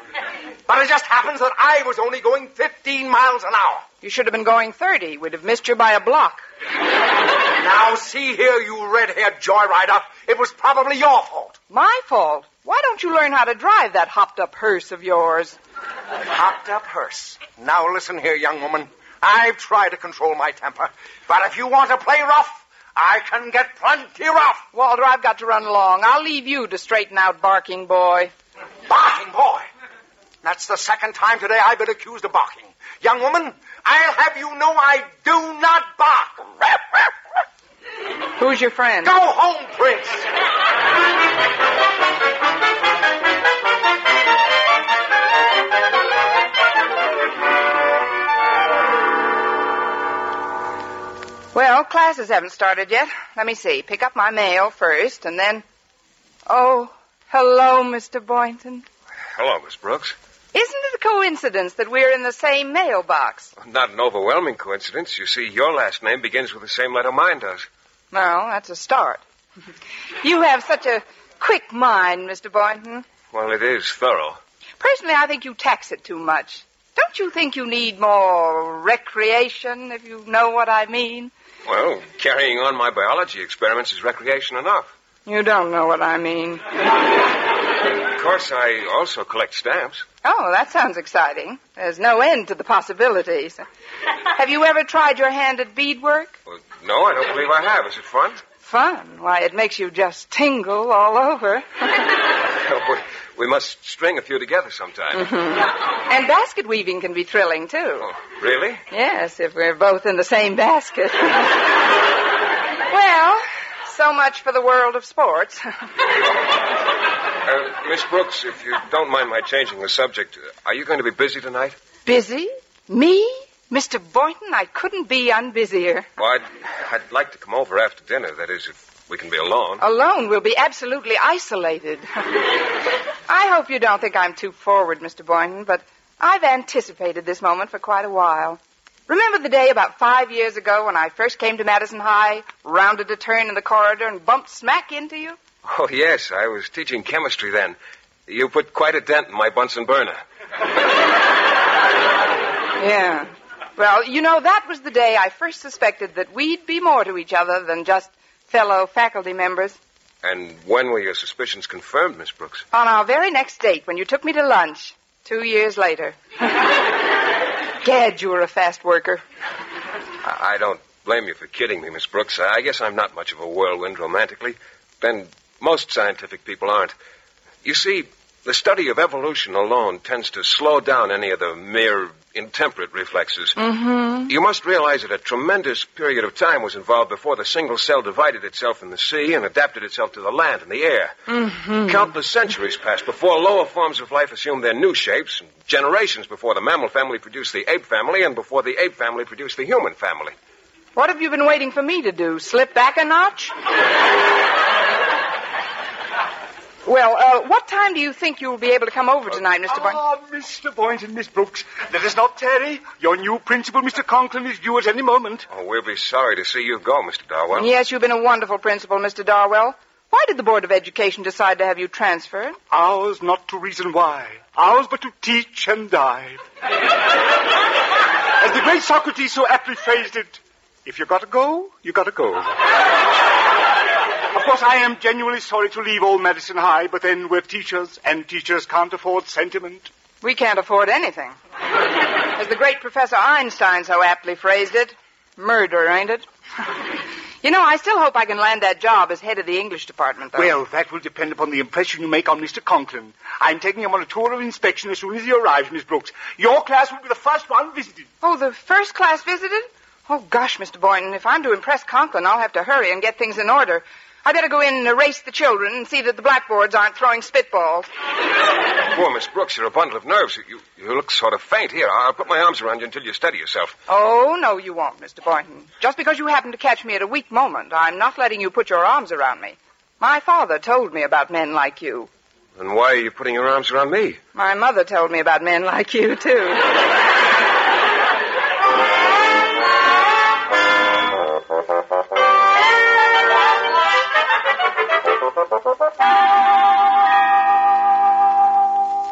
S14: But it just happens that I was only going 15 miles an hour.
S12: You should have been going 30. We'd have missed you by a block.
S14: Now, see here, you red-haired joyrider. It was probably your fault.
S12: My fault. Why don't you learn how to drive that hopped up hearse of yours?
S14: Hopped up hearse. Now, listen here, young woman. I've tried to control my temper. But if you want to play rough, I can get plenty rough.
S12: Walter, I've got to run along. I'll leave you to straighten out Barking Boy.
S14: Barking boy. That's the second time today I've been accused of barking. Young woman, I'll have you know I do not bark.
S12: Who's your friend?
S14: Go home, Prince.
S12: Well, classes haven't started yet. Let me see. Pick up my mail first, and then. Oh, hello, Mr. Boynton.
S16: Hello, Miss Brooks.
S12: Isn't it a coincidence that we're in the same mailbox?
S16: Not an overwhelming coincidence. You see, your last name begins with the same letter mine does.
S12: Well, that's a start. you have such a quick mind, Mr. Boynton.
S16: Well, it is thorough.
S12: Personally, I think you tax it too much. Don't you think you need more recreation, if you know what I mean?
S16: Well, carrying on my biology experiments is recreation enough.
S12: You don't know what I mean.
S16: Of course, I also collect stamps.
S12: Oh, that sounds exciting. There's no end to the possibilities. Have you ever tried your hand at beadwork?
S16: No, I don't believe I have. Is it fun?
S12: Fun. Why, it makes you just tingle all over.
S16: we, we must string a few together sometime.
S12: And basket weaving can be thrilling, too.
S16: Really?
S12: Yes, if we're both in the same basket. well, so much for the world of sports.
S16: Uh, Miss Brooks, if you don't mind my changing the subject, uh, are you going to be busy tonight?
S12: Busy? Me? Mr. Boynton, I couldn't be unbusier.
S16: Well, I'd, I'd like to come over after dinner. That is, if we can be alone.
S12: Alone, we'll be absolutely isolated. I hope you don't think I'm too forward, Mr. Boynton, but I've anticipated this moment for quite a while. Remember the day about five years ago when I first came to Madison High, rounded a turn in the corridor, and bumped smack into you?
S16: Oh, yes, I was teaching chemistry then. You put quite a dent in my Bunsen burner.
S12: Yeah. Well, you know, that was the day I first suspected that we'd be more to each other than just fellow faculty members.
S16: And when were your suspicions confirmed, Miss Brooks?
S12: On our very next date, when you took me to lunch, two years later. Gad, you were a fast worker.
S16: I, I don't blame you for kidding me, Miss Brooks. I guess I'm not much of a whirlwind romantically. Then most scientific people aren't. You see, the study of evolution alone tends to slow down any of the mere intemperate reflexes.
S12: Mm-hmm.
S16: You must realize that a tremendous period of time was involved before the single cell divided itself in the sea and adapted itself to the land and the air.
S12: Mm-hmm.
S16: Countless centuries passed before lower forms of life assumed their new shapes, and generations before the mammal family produced the ape family, and before the ape family produced the human family.
S12: What have you been waiting for me to do? Slip back a notch? well, uh, what time do you think you'll be able to come over tonight, Mr. Boynton?
S17: Ah, Mr. Boynton, Miss Brooks, let us not tarry. Your new principal, Mr. Conklin, is due at any moment.
S16: Oh, we'll be sorry to see you go, Mr. Darwell.
S12: Yes, you've been a wonderful principal, Mr. Darwell. Why did the Board of Education decide to have you transferred?
S17: Ours not to reason why. Ours but to teach and die. As the great Socrates so aptly phrased it, if you gotta go, you gotta go. of course, I am genuinely sorry to leave old Madison High, but then we're teachers, and teachers can't afford sentiment.
S12: We can't afford anything. As the great Professor Einstein so aptly phrased it, murder, ain't it? you know, I still hope I can land that job as head of the English department, though.
S17: Well, that will depend upon the impression you make on Mr. Conklin. I'm taking him on a tour of inspection as soon as he arrives, Miss Brooks. Your class will be the first one visited.
S12: Oh, the first class visited? Oh, gosh, Mr. Boynton, if I'm to impress Conklin, I'll have to hurry and get things in order. I better go in and erase the children and see that the blackboards aren't throwing spitballs.
S16: Poor Miss Brooks, you're a bundle of nerves. You, you, you look sort of faint. Here, I'll put my arms around you until you steady yourself.
S12: Oh, no, you won't, Mr. Boynton. Just because you happen to catch me at a weak moment, I'm not letting you put your arms around me. My father told me about men like you.
S16: Then why are you putting your arms around me?
S12: My mother told me about men like you, too.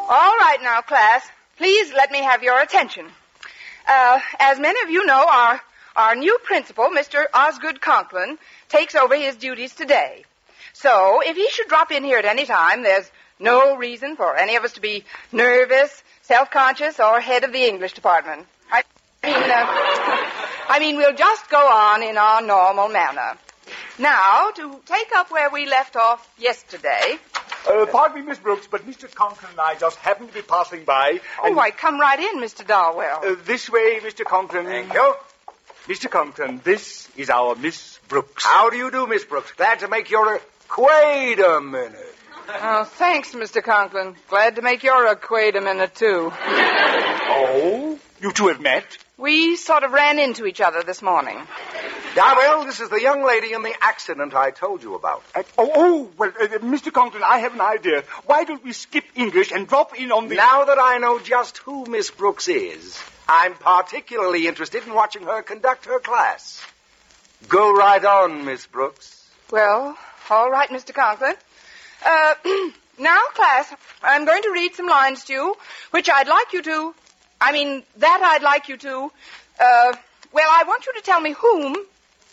S12: All right now, class. Please let me have your attention. Uh, as many of you know, our, our new principal, Mr. Osgood Conklin, takes over his duties today. So, if he should drop in here at any time, there's no reason for any of us to be nervous, self-conscious, or head of the English department. I mean, uh, I mean, we'll just go on in our normal manner. Now, to take up where we left off yesterday.
S17: Uh, pardon me, Miss Brooks, but Mr. Conklin and I just happened to be passing by.
S12: Oh, why, come right in, Mr. Darwell.
S17: Uh, this way, Mr. Conklin. Thank you. Mr. Conklin, this is our Miss Brooks.
S14: How do you do, Miss Brooks? Glad to make your. Wait a minute.
S12: Oh, thanks, Mr. Conklin. Glad to make your acquaintance a minute, too.
S17: Oh? You two have met?
S12: We sort of ran into each other this morning.
S14: Darrell, this is the young lady in the accident I told you about.
S17: Uh, oh, oh, well, uh, Mr. Conklin, I have an idea. Why don't we skip English and drop in on the.
S14: Now that I know just who Miss Brooks is, I'm particularly interested in watching her conduct her class. Go right on, Miss Brooks.
S12: Well, all right, Mr. Conklin. Uh, now, class, I'm going to read some lines to you, which I'd like you to I mean, that I'd like you to. Uh, well, I want you to tell me whom.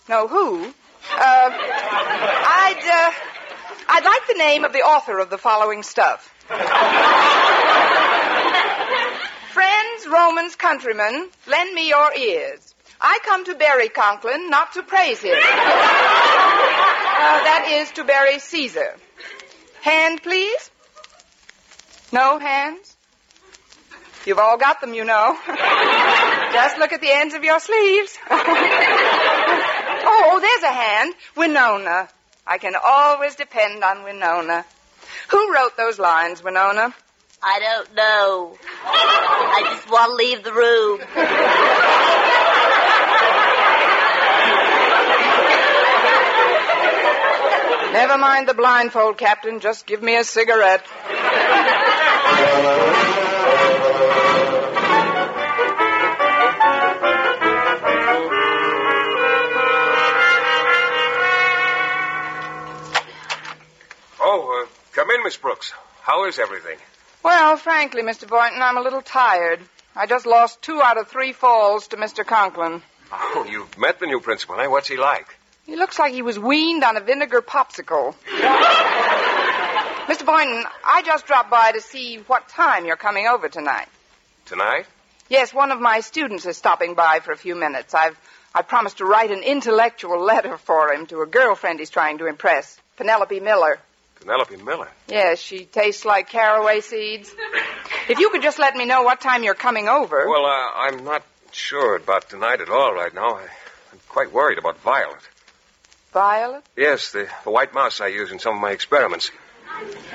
S12: No, who. Uh, I'd, uh, I'd like the name of the author of the following stuff Friends, Romans, countrymen, lend me your ears. I come to bury Conklin, not to praise him. Uh, that is to bury Caesar. Hand, please. No hands? You've all got them, you know. Just look at the ends of your sleeves. oh, there's a hand. Winona. I can always depend on Winona. Who wrote those lines, Winona?
S18: I don't know. I just want to leave the room.
S12: Never mind the blindfold, Captain. Just give me a cigarette.
S16: Oh, uh, come in, Miss Brooks. How is everything?
S12: Well, frankly, Mr. Boynton, I'm a little tired. I just lost two out of three falls to Mr. Conklin.
S16: Oh, you've met the new principal, eh? What's he like?
S12: He looks like he was weaned on a vinegar popsicle. Mr. Boynton, I just dropped by to see what time you're coming over tonight.
S16: Tonight?
S12: Yes, one of my students is stopping by for a few minutes. I've I promised to write an intellectual letter for him to a girlfriend he's trying to impress, Penelope Miller.
S16: Penelope Miller.
S12: Yes, she tastes like caraway seeds. If you could just let me know what time you're coming over.
S16: Well, uh, I'm not sure about tonight at all right now. I, I'm quite worried about Violet.
S12: Violet?
S16: Yes, the, the white mouse I use in some of my experiments.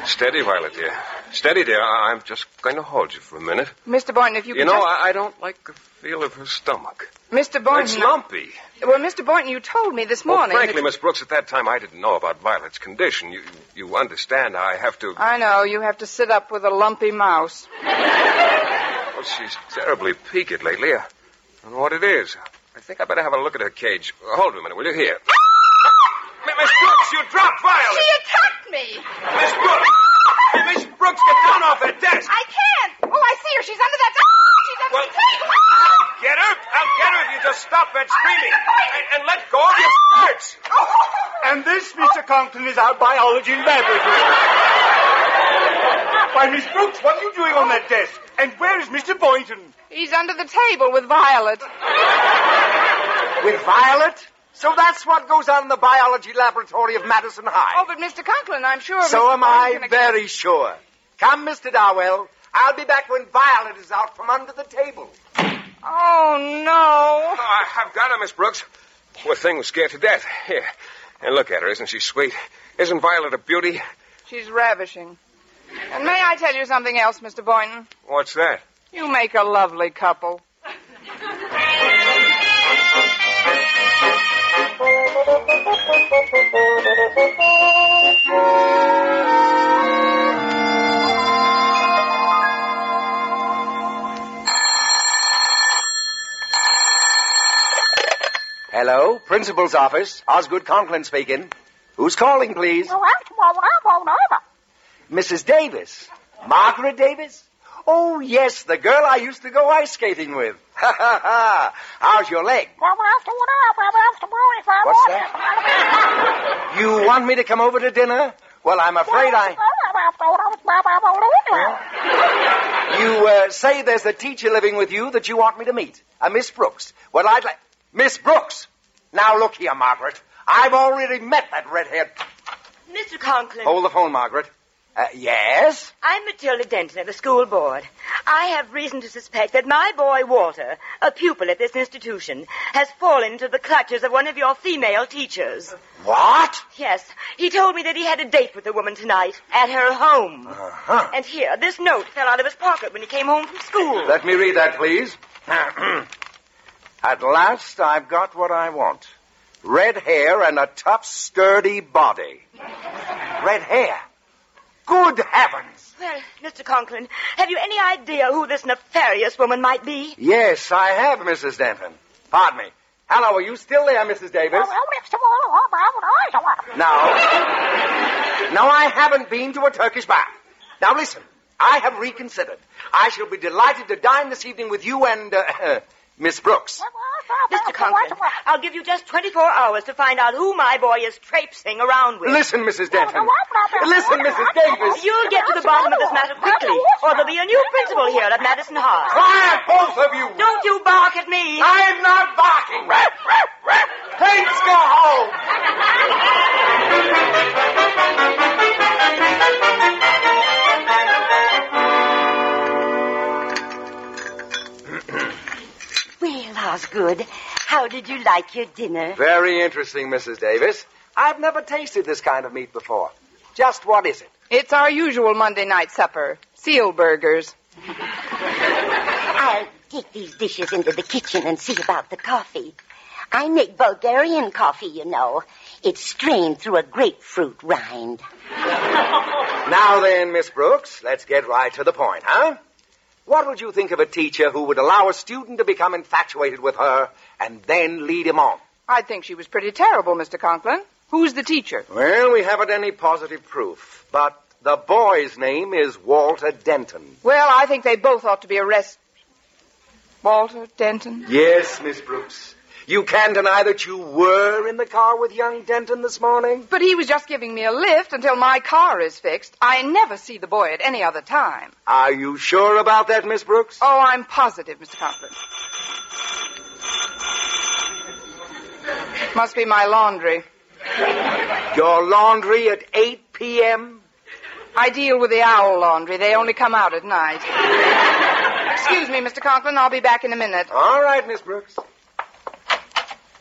S16: Steady, Violet, dear. Steady, dear. I, I'm just going to hold you for a minute.
S12: Mr. Boynton, if you could
S16: You know,
S12: just...
S16: I, I don't like the feel of her stomach.
S12: Mr. Boynton...
S16: It's lumpy.
S12: Well, Mr. Boynton, you told me this morning...
S16: well, frankly,
S12: that-
S16: Miss Brooks, at that time I didn't know about Violet's condition. You you understand I have to.
S12: I know, you have to sit up with a lumpy mouse.
S16: Well, she's terribly peaked lately. I don't know what it is. I think I better have a look at her cage. Hold her a minute, will you? Here. Miss Brooks, you dropped Violet.
S14: She
S12: attacked me.
S14: Miss Brooks. Hey, Miss Brooks, get down off that desk.
S12: I can't. Oh, I see her. She's under that. She's under
S14: well, the table. Get her. I'll get her if you just stop that screaming and, and let go of your skirts.
S12: Oh.
S17: And this, Mr. Conklin, is our biology laboratory. Why, Miss Brooks, what are you doing on that desk? And where is Mr. Boynton?
S12: He's under the table with Violet.
S14: With Violet? So that's what goes on in the biology laboratory of Madison High.
S12: Oh, but Mr. Conklin, I'm sure.
S14: so
S12: Mr.
S14: am I
S12: Boynton can-
S14: very sure. Come, Mr. Darwell. I'll be back when Violet is out from under the table.
S12: Oh, no.
S16: I, I've got her, Miss Brooks. Poor thing was scared to death. Here. And look at her. Isn't she sweet? Isn't Violet a beauty?
S12: She's ravishing. And may I tell you something else, Mr. Boynton?
S16: What's that?
S12: You make a lovely couple.
S14: Hello, principal's office. Osgood Conklin speaking. Who's calling, please?
S19: Well, that's why I'm on over.
S14: Mrs. Davis. Margaret Davis? Oh, yes, the girl I used to go ice skating with. Ha ha ha. How's your leg?
S19: Well, that's the one up. Well, that's the worry if I
S14: What's
S19: want
S14: that? You want me to come over to dinner? Well, I'm afraid I. You uh, say there's a teacher living with you that you want me to meet. A Miss Brooks. Well, I'd like. Miss Brooks! Now, look here, Margaret. I've already met that redhead.
S20: Mr. Conklin,
S14: Hold the phone, Margaret. Uh, yes?
S20: I'm Matilda Denton of the school board. I have reason to suspect that my boy Walter, a pupil at this institution, has fallen into the clutches of one of your female teachers.
S14: What?
S20: Yes, he told me that he had a date with a woman tonight at her home.
S14: Uh-huh.
S20: And here, this note fell out of his pocket when he came home from school.
S14: Let me read that, please. At last, I've got what I want red hair and a tough, sturdy body. Red hair? Good heavens!
S20: Well, Mr. Conklin, have you any idea who this nefarious woman might be?
S14: Yes, I have, Mrs. Denton. Pardon me. Hello, are you still there, Mrs. Davis? No. No, I haven't been to a Turkish bath. Now, listen, I have reconsidered. I shall be delighted to dine this evening with you and, uh, Miss Brooks.
S20: Mr. Conklin, I'll give you just 24 hours to find out who my boy is traipsing around with.
S14: Listen, Mrs. Denton. Listen, Mrs. Davis.
S20: You'll get to the bottom of this matter quickly, or there'll be a new principal here at Madison High.
S14: Quiet, both of you!
S20: Don't you bark at me!
S14: I'm not barking! Let's go home!
S10: Well, Osgood, how did you like your dinner?
S14: Very interesting, Mrs. Davis. I've never tasted this kind of meat before. Just what is it?
S12: It's our usual Monday night supper Seal burgers.
S10: I'll take these dishes into the kitchen and see about the coffee. I make Bulgarian coffee, you know. It's strained through a grapefruit rind.
S14: Now then, Miss Brooks, let's get right to the point, huh? What would you think of a teacher who would allow a student to become infatuated with her and then lead him on?
S12: I think she was pretty terrible, Mr. Conklin. Who's the teacher?
S14: Well, we haven't any positive proof, but the boy's name is Walter Denton.
S12: Well, I think they both ought to be arrested. Walter Denton?
S14: Yes, Miss Brooks. You can deny that you were in the car with young Denton this morning?
S12: But he was just giving me a lift until my car is fixed. I never see the boy at any other time.
S14: Are you sure about that, Miss Brooks?
S12: Oh, I'm positive, Mr. Conklin. Must be my laundry.
S14: Your laundry at 8 p.m.?
S12: I deal with the owl laundry. They only come out at night. Excuse me, Mr. Conklin. I'll be back in a minute.
S14: All right, Miss Brooks.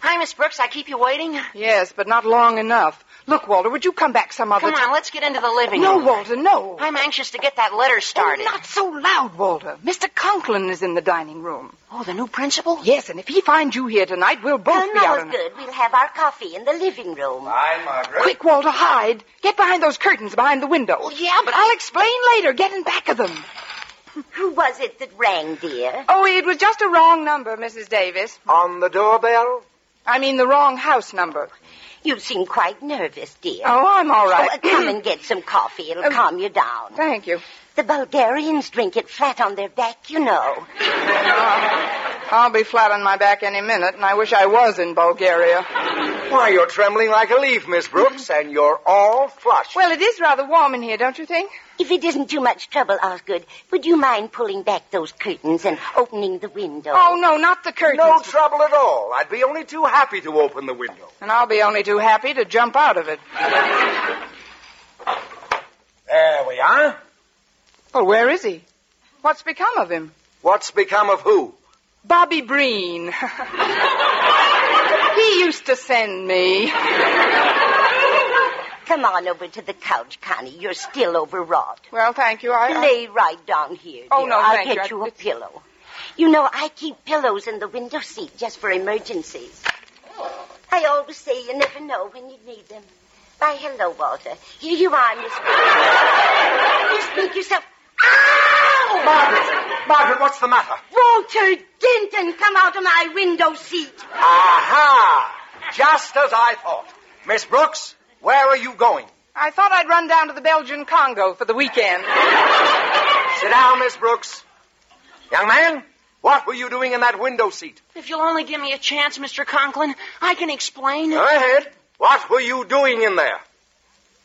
S13: Hi, Miss Brooks. I keep you waiting.
S12: Yes, but not long enough. Look, Walter, would you come back some other
S13: Come
S12: time?
S13: on, let's get into the living
S12: No,
S13: room.
S12: Walter, no.
S13: I'm anxious to get that letter started.
S12: Oh, not so loud, Walter. Mr. Conklin is in the dining room.
S13: Oh, the new principal?
S12: Yes, and if he finds you here tonight, we'll both
S10: no,
S12: be out.
S10: no, it's good. We'll have our coffee in the living room.
S14: Fine, Margaret.
S12: Quick, Walter, hide. Get behind those curtains behind the window. Oh,
S13: yeah, but
S12: I'll explain later. Get in back of them.
S10: Who was it that rang, dear?
S12: Oh, it was just a wrong number, Mrs. Davis.
S14: On the doorbell?
S12: I mean, the wrong house number.
S10: You seem quite nervous, dear.
S12: Oh, I'm all right.
S10: Oh, uh, come and get some coffee. It'll calm you down.
S12: Thank you.
S10: The Bulgarians drink it flat on their back, you know.
S12: I'll be flat on my back any minute, and I wish I was in Bulgaria.
S14: Why, you're trembling like a leaf, Miss Brooks, and you're all flushed.
S12: Well, it is rather warm in here, don't you think?
S10: If it isn't too much trouble, Osgood, would you mind pulling back those curtains and opening the window?
S12: Oh, no, not the curtains.
S14: No trouble at all. I'd be only too happy to open the window.
S12: And I'll be only too happy to jump out of it.
S14: There we are.
S12: Well, where is he? What's become of him?
S14: What's become of who?
S12: Bobby Breen. he used to send me.
S10: Come on over to the couch, Connie. You're still overwrought.
S12: Well, thank you. I, I-
S10: Lay right down here.
S12: Oh,
S10: dear.
S12: no,
S10: I'll
S12: thank you.
S10: get
S12: I-
S10: you a pillow. You know, I keep pillows in the window seat just for emergencies. I always say you never know when you need them. Why, hello, Walter. Here you are, Miss Brooks. Just make yourself. Ow!
S14: Margaret! Margaret, what's the matter?
S10: Walter Denton, come out of my window seat.
S14: Aha! Just as I thought. Miss Brooks, where are you going?
S12: I thought I'd run down to the Belgian Congo for the weekend.
S14: Sit down, Miss Brooks. Young man, what were you doing in that window seat?
S13: If you'll only give me a chance, Mr. Conklin, I can explain.
S14: Go ahead. What were you doing in there?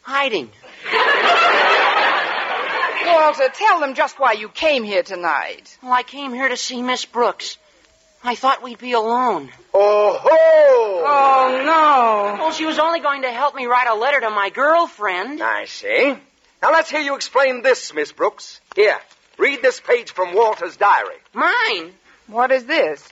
S13: Hiding.
S12: Walter, tell them just why you came here tonight.
S13: Well, I came here to see Miss Brooks. I thought we'd be alone.
S14: Oh ho!
S12: Oh, no.
S13: Well, she was only going to help me write a letter to my girlfriend.
S14: I see. Eh? Now let's hear you explain this, Miss Brooks. Here, read this page from Walter's diary.
S13: Mine.
S12: What is this?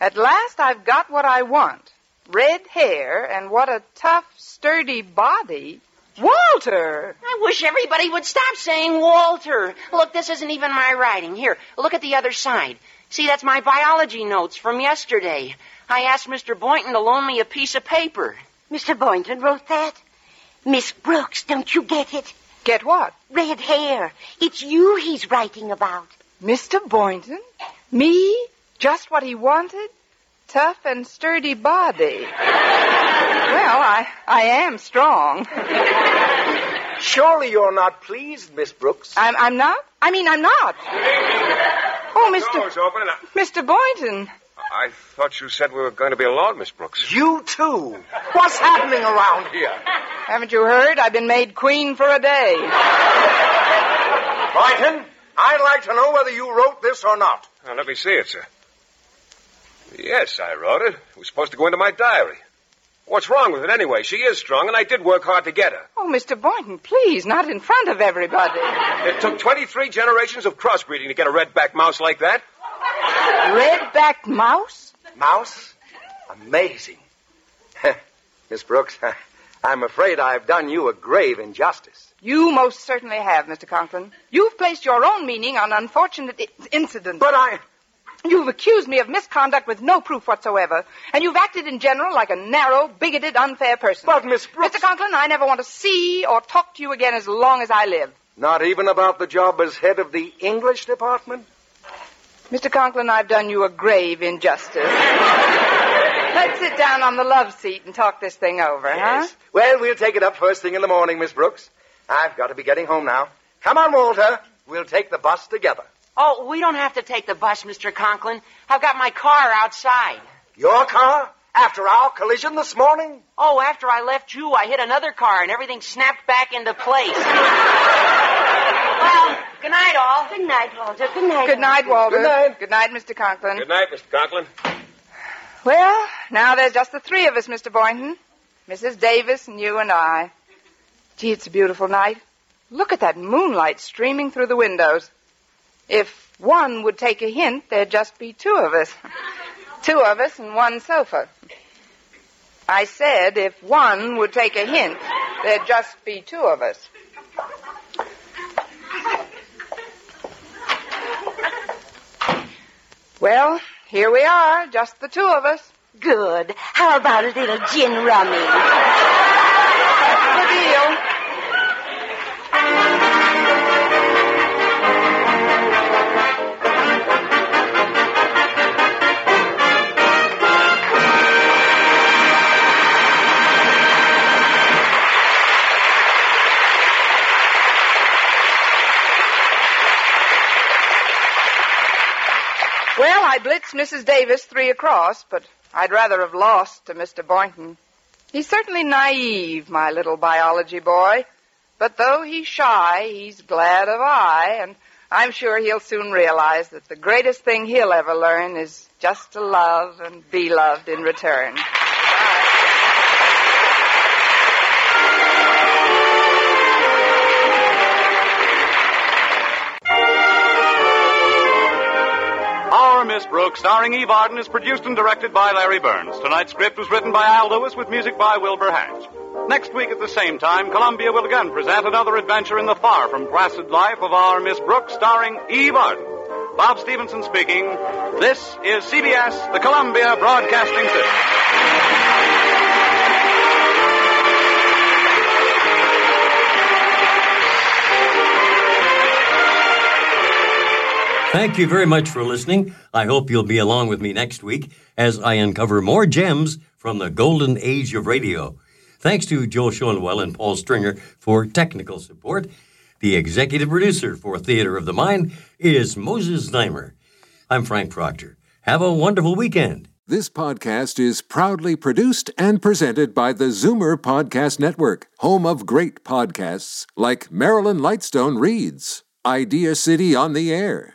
S12: At last I've got what I want. Red hair and what a tough, sturdy body. Walter!
S13: I wish everybody would stop saying Walter. Look, this isn't even my writing. Here, look at the other side. See, that's my biology notes from yesterday. I asked Mr. Boynton to loan me a piece of paper.
S10: Mr. Boynton wrote that. Miss Brooks, don't you get it?
S12: Get what?
S10: Red hair. It's you he's writing about.
S12: Mr. Boynton? Me? Just what he wanted? Tough and sturdy body. well, I, I am strong.
S14: Surely you're not pleased, Miss Brooks.
S12: I'm, I'm not? I mean, I'm not. Oh,
S16: Door's
S12: Mr.
S16: open, and I,
S12: Mr. Boynton.
S16: I thought you said we were going to be alone, Miss Brooks.
S14: You too. What's happening around here?
S12: Haven't you heard? I've been made queen for a day.
S14: Boynton, I'd like to know whether you wrote this or not.
S16: Now, let me see it, sir. Yes, I wrote it. It was supposed to go into my diary. What's wrong with it anyway? She is strong, and I did work hard to get her.
S12: Oh, Mr. Boynton, please, not in front of everybody.
S16: It took 23 generations of crossbreeding to get a red-backed mouse like that.
S12: Red backed mouse?
S14: Mouse? Amazing. Miss Brooks, I'm afraid I've done you a grave injustice.
S12: You most certainly have, Mr. Conklin. You've placed your own meaning on unfortunate I- incidents.
S14: But I.
S12: You've accused me of misconduct with no proof whatsoever, and you've acted in general like a narrow, bigoted, unfair person.
S14: But, Miss Brooks.
S12: Mr. Conklin, I never want to see or talk to you again as long as I live.
S14: Not even about the job as head of the English department?
S12: Mr. Conklin, I've done you a grave injustice. Let's sit down on the love seat and talk this thing over,
S14: Yes. Well, we'll take it up first thing in the morning, Miss Brooks. I've got to be getting home now. Come on, Walter. We'll take the bus together.
S13: Oh, we don't have to take the bus, Mr. Conklin. I've got my car outside.
S14: Your car? After our collision this morning?
S13: Oh, after I left you, I hit another car and everything snapped back into place. well, good night, all.
S10: Good night, Walter. Good
S12: huh?
S10: night.
S12: Good night, Walter.
S10: Good night.
S12: Good night, Mr. Conklin.
S16: Good night, Mr. Conklin.
S12: Well, now there's just the three of us, Mr. Boynton. Mrs. Davis and you and I. Gee, it's a beautiful night. Look at that moonlight streaming through the windows. If one would take a hint, there'd just be two of us. Two of us and one sofa. I said if one would take a hint, there'd just be two of us. Well, here we are, just the two of us.
S10: Good. How about a little gin rummy?
S12: The deal. Well, I blitzed Mrs. Davis three across, but I'd rather have lost to Mr. Boynton. He's certainly naive, my little biology boy. But though he's shy, he's glad of I, and I'm sure he'll soon realize that the greatest thing he'll ever learn is just to love and be loved in return.
S11: Our Miss Brooks, starring Eve Arden, is produced and directed by Larry Burns. Tonight's script was written by Al Lewis with music by Wilbur Hatch. Next week at the same time, Columbia will again present another adventure in the far from placid life of our Miss Brooks, starring Eve Arden. Bob Stevenson speaking. This is CBS, the Columbia Broadcasting System.
S2: Thank you very much for listening. I hope you'll be along with me next week as I uncover more gems from the golden age of radio. Thanks to Joe Schoenwell and Paul Stringer for technical support. The executive producer for Theater of the Mind is Moses Neimer. I'm Frank Proctor. Have a wonderful weekend.
S1: This podcast is proudly produced and presented by the Zoomer Podcast Network, home of great podcasts like Marilyn Lightstone Reads, Idea City on the Air,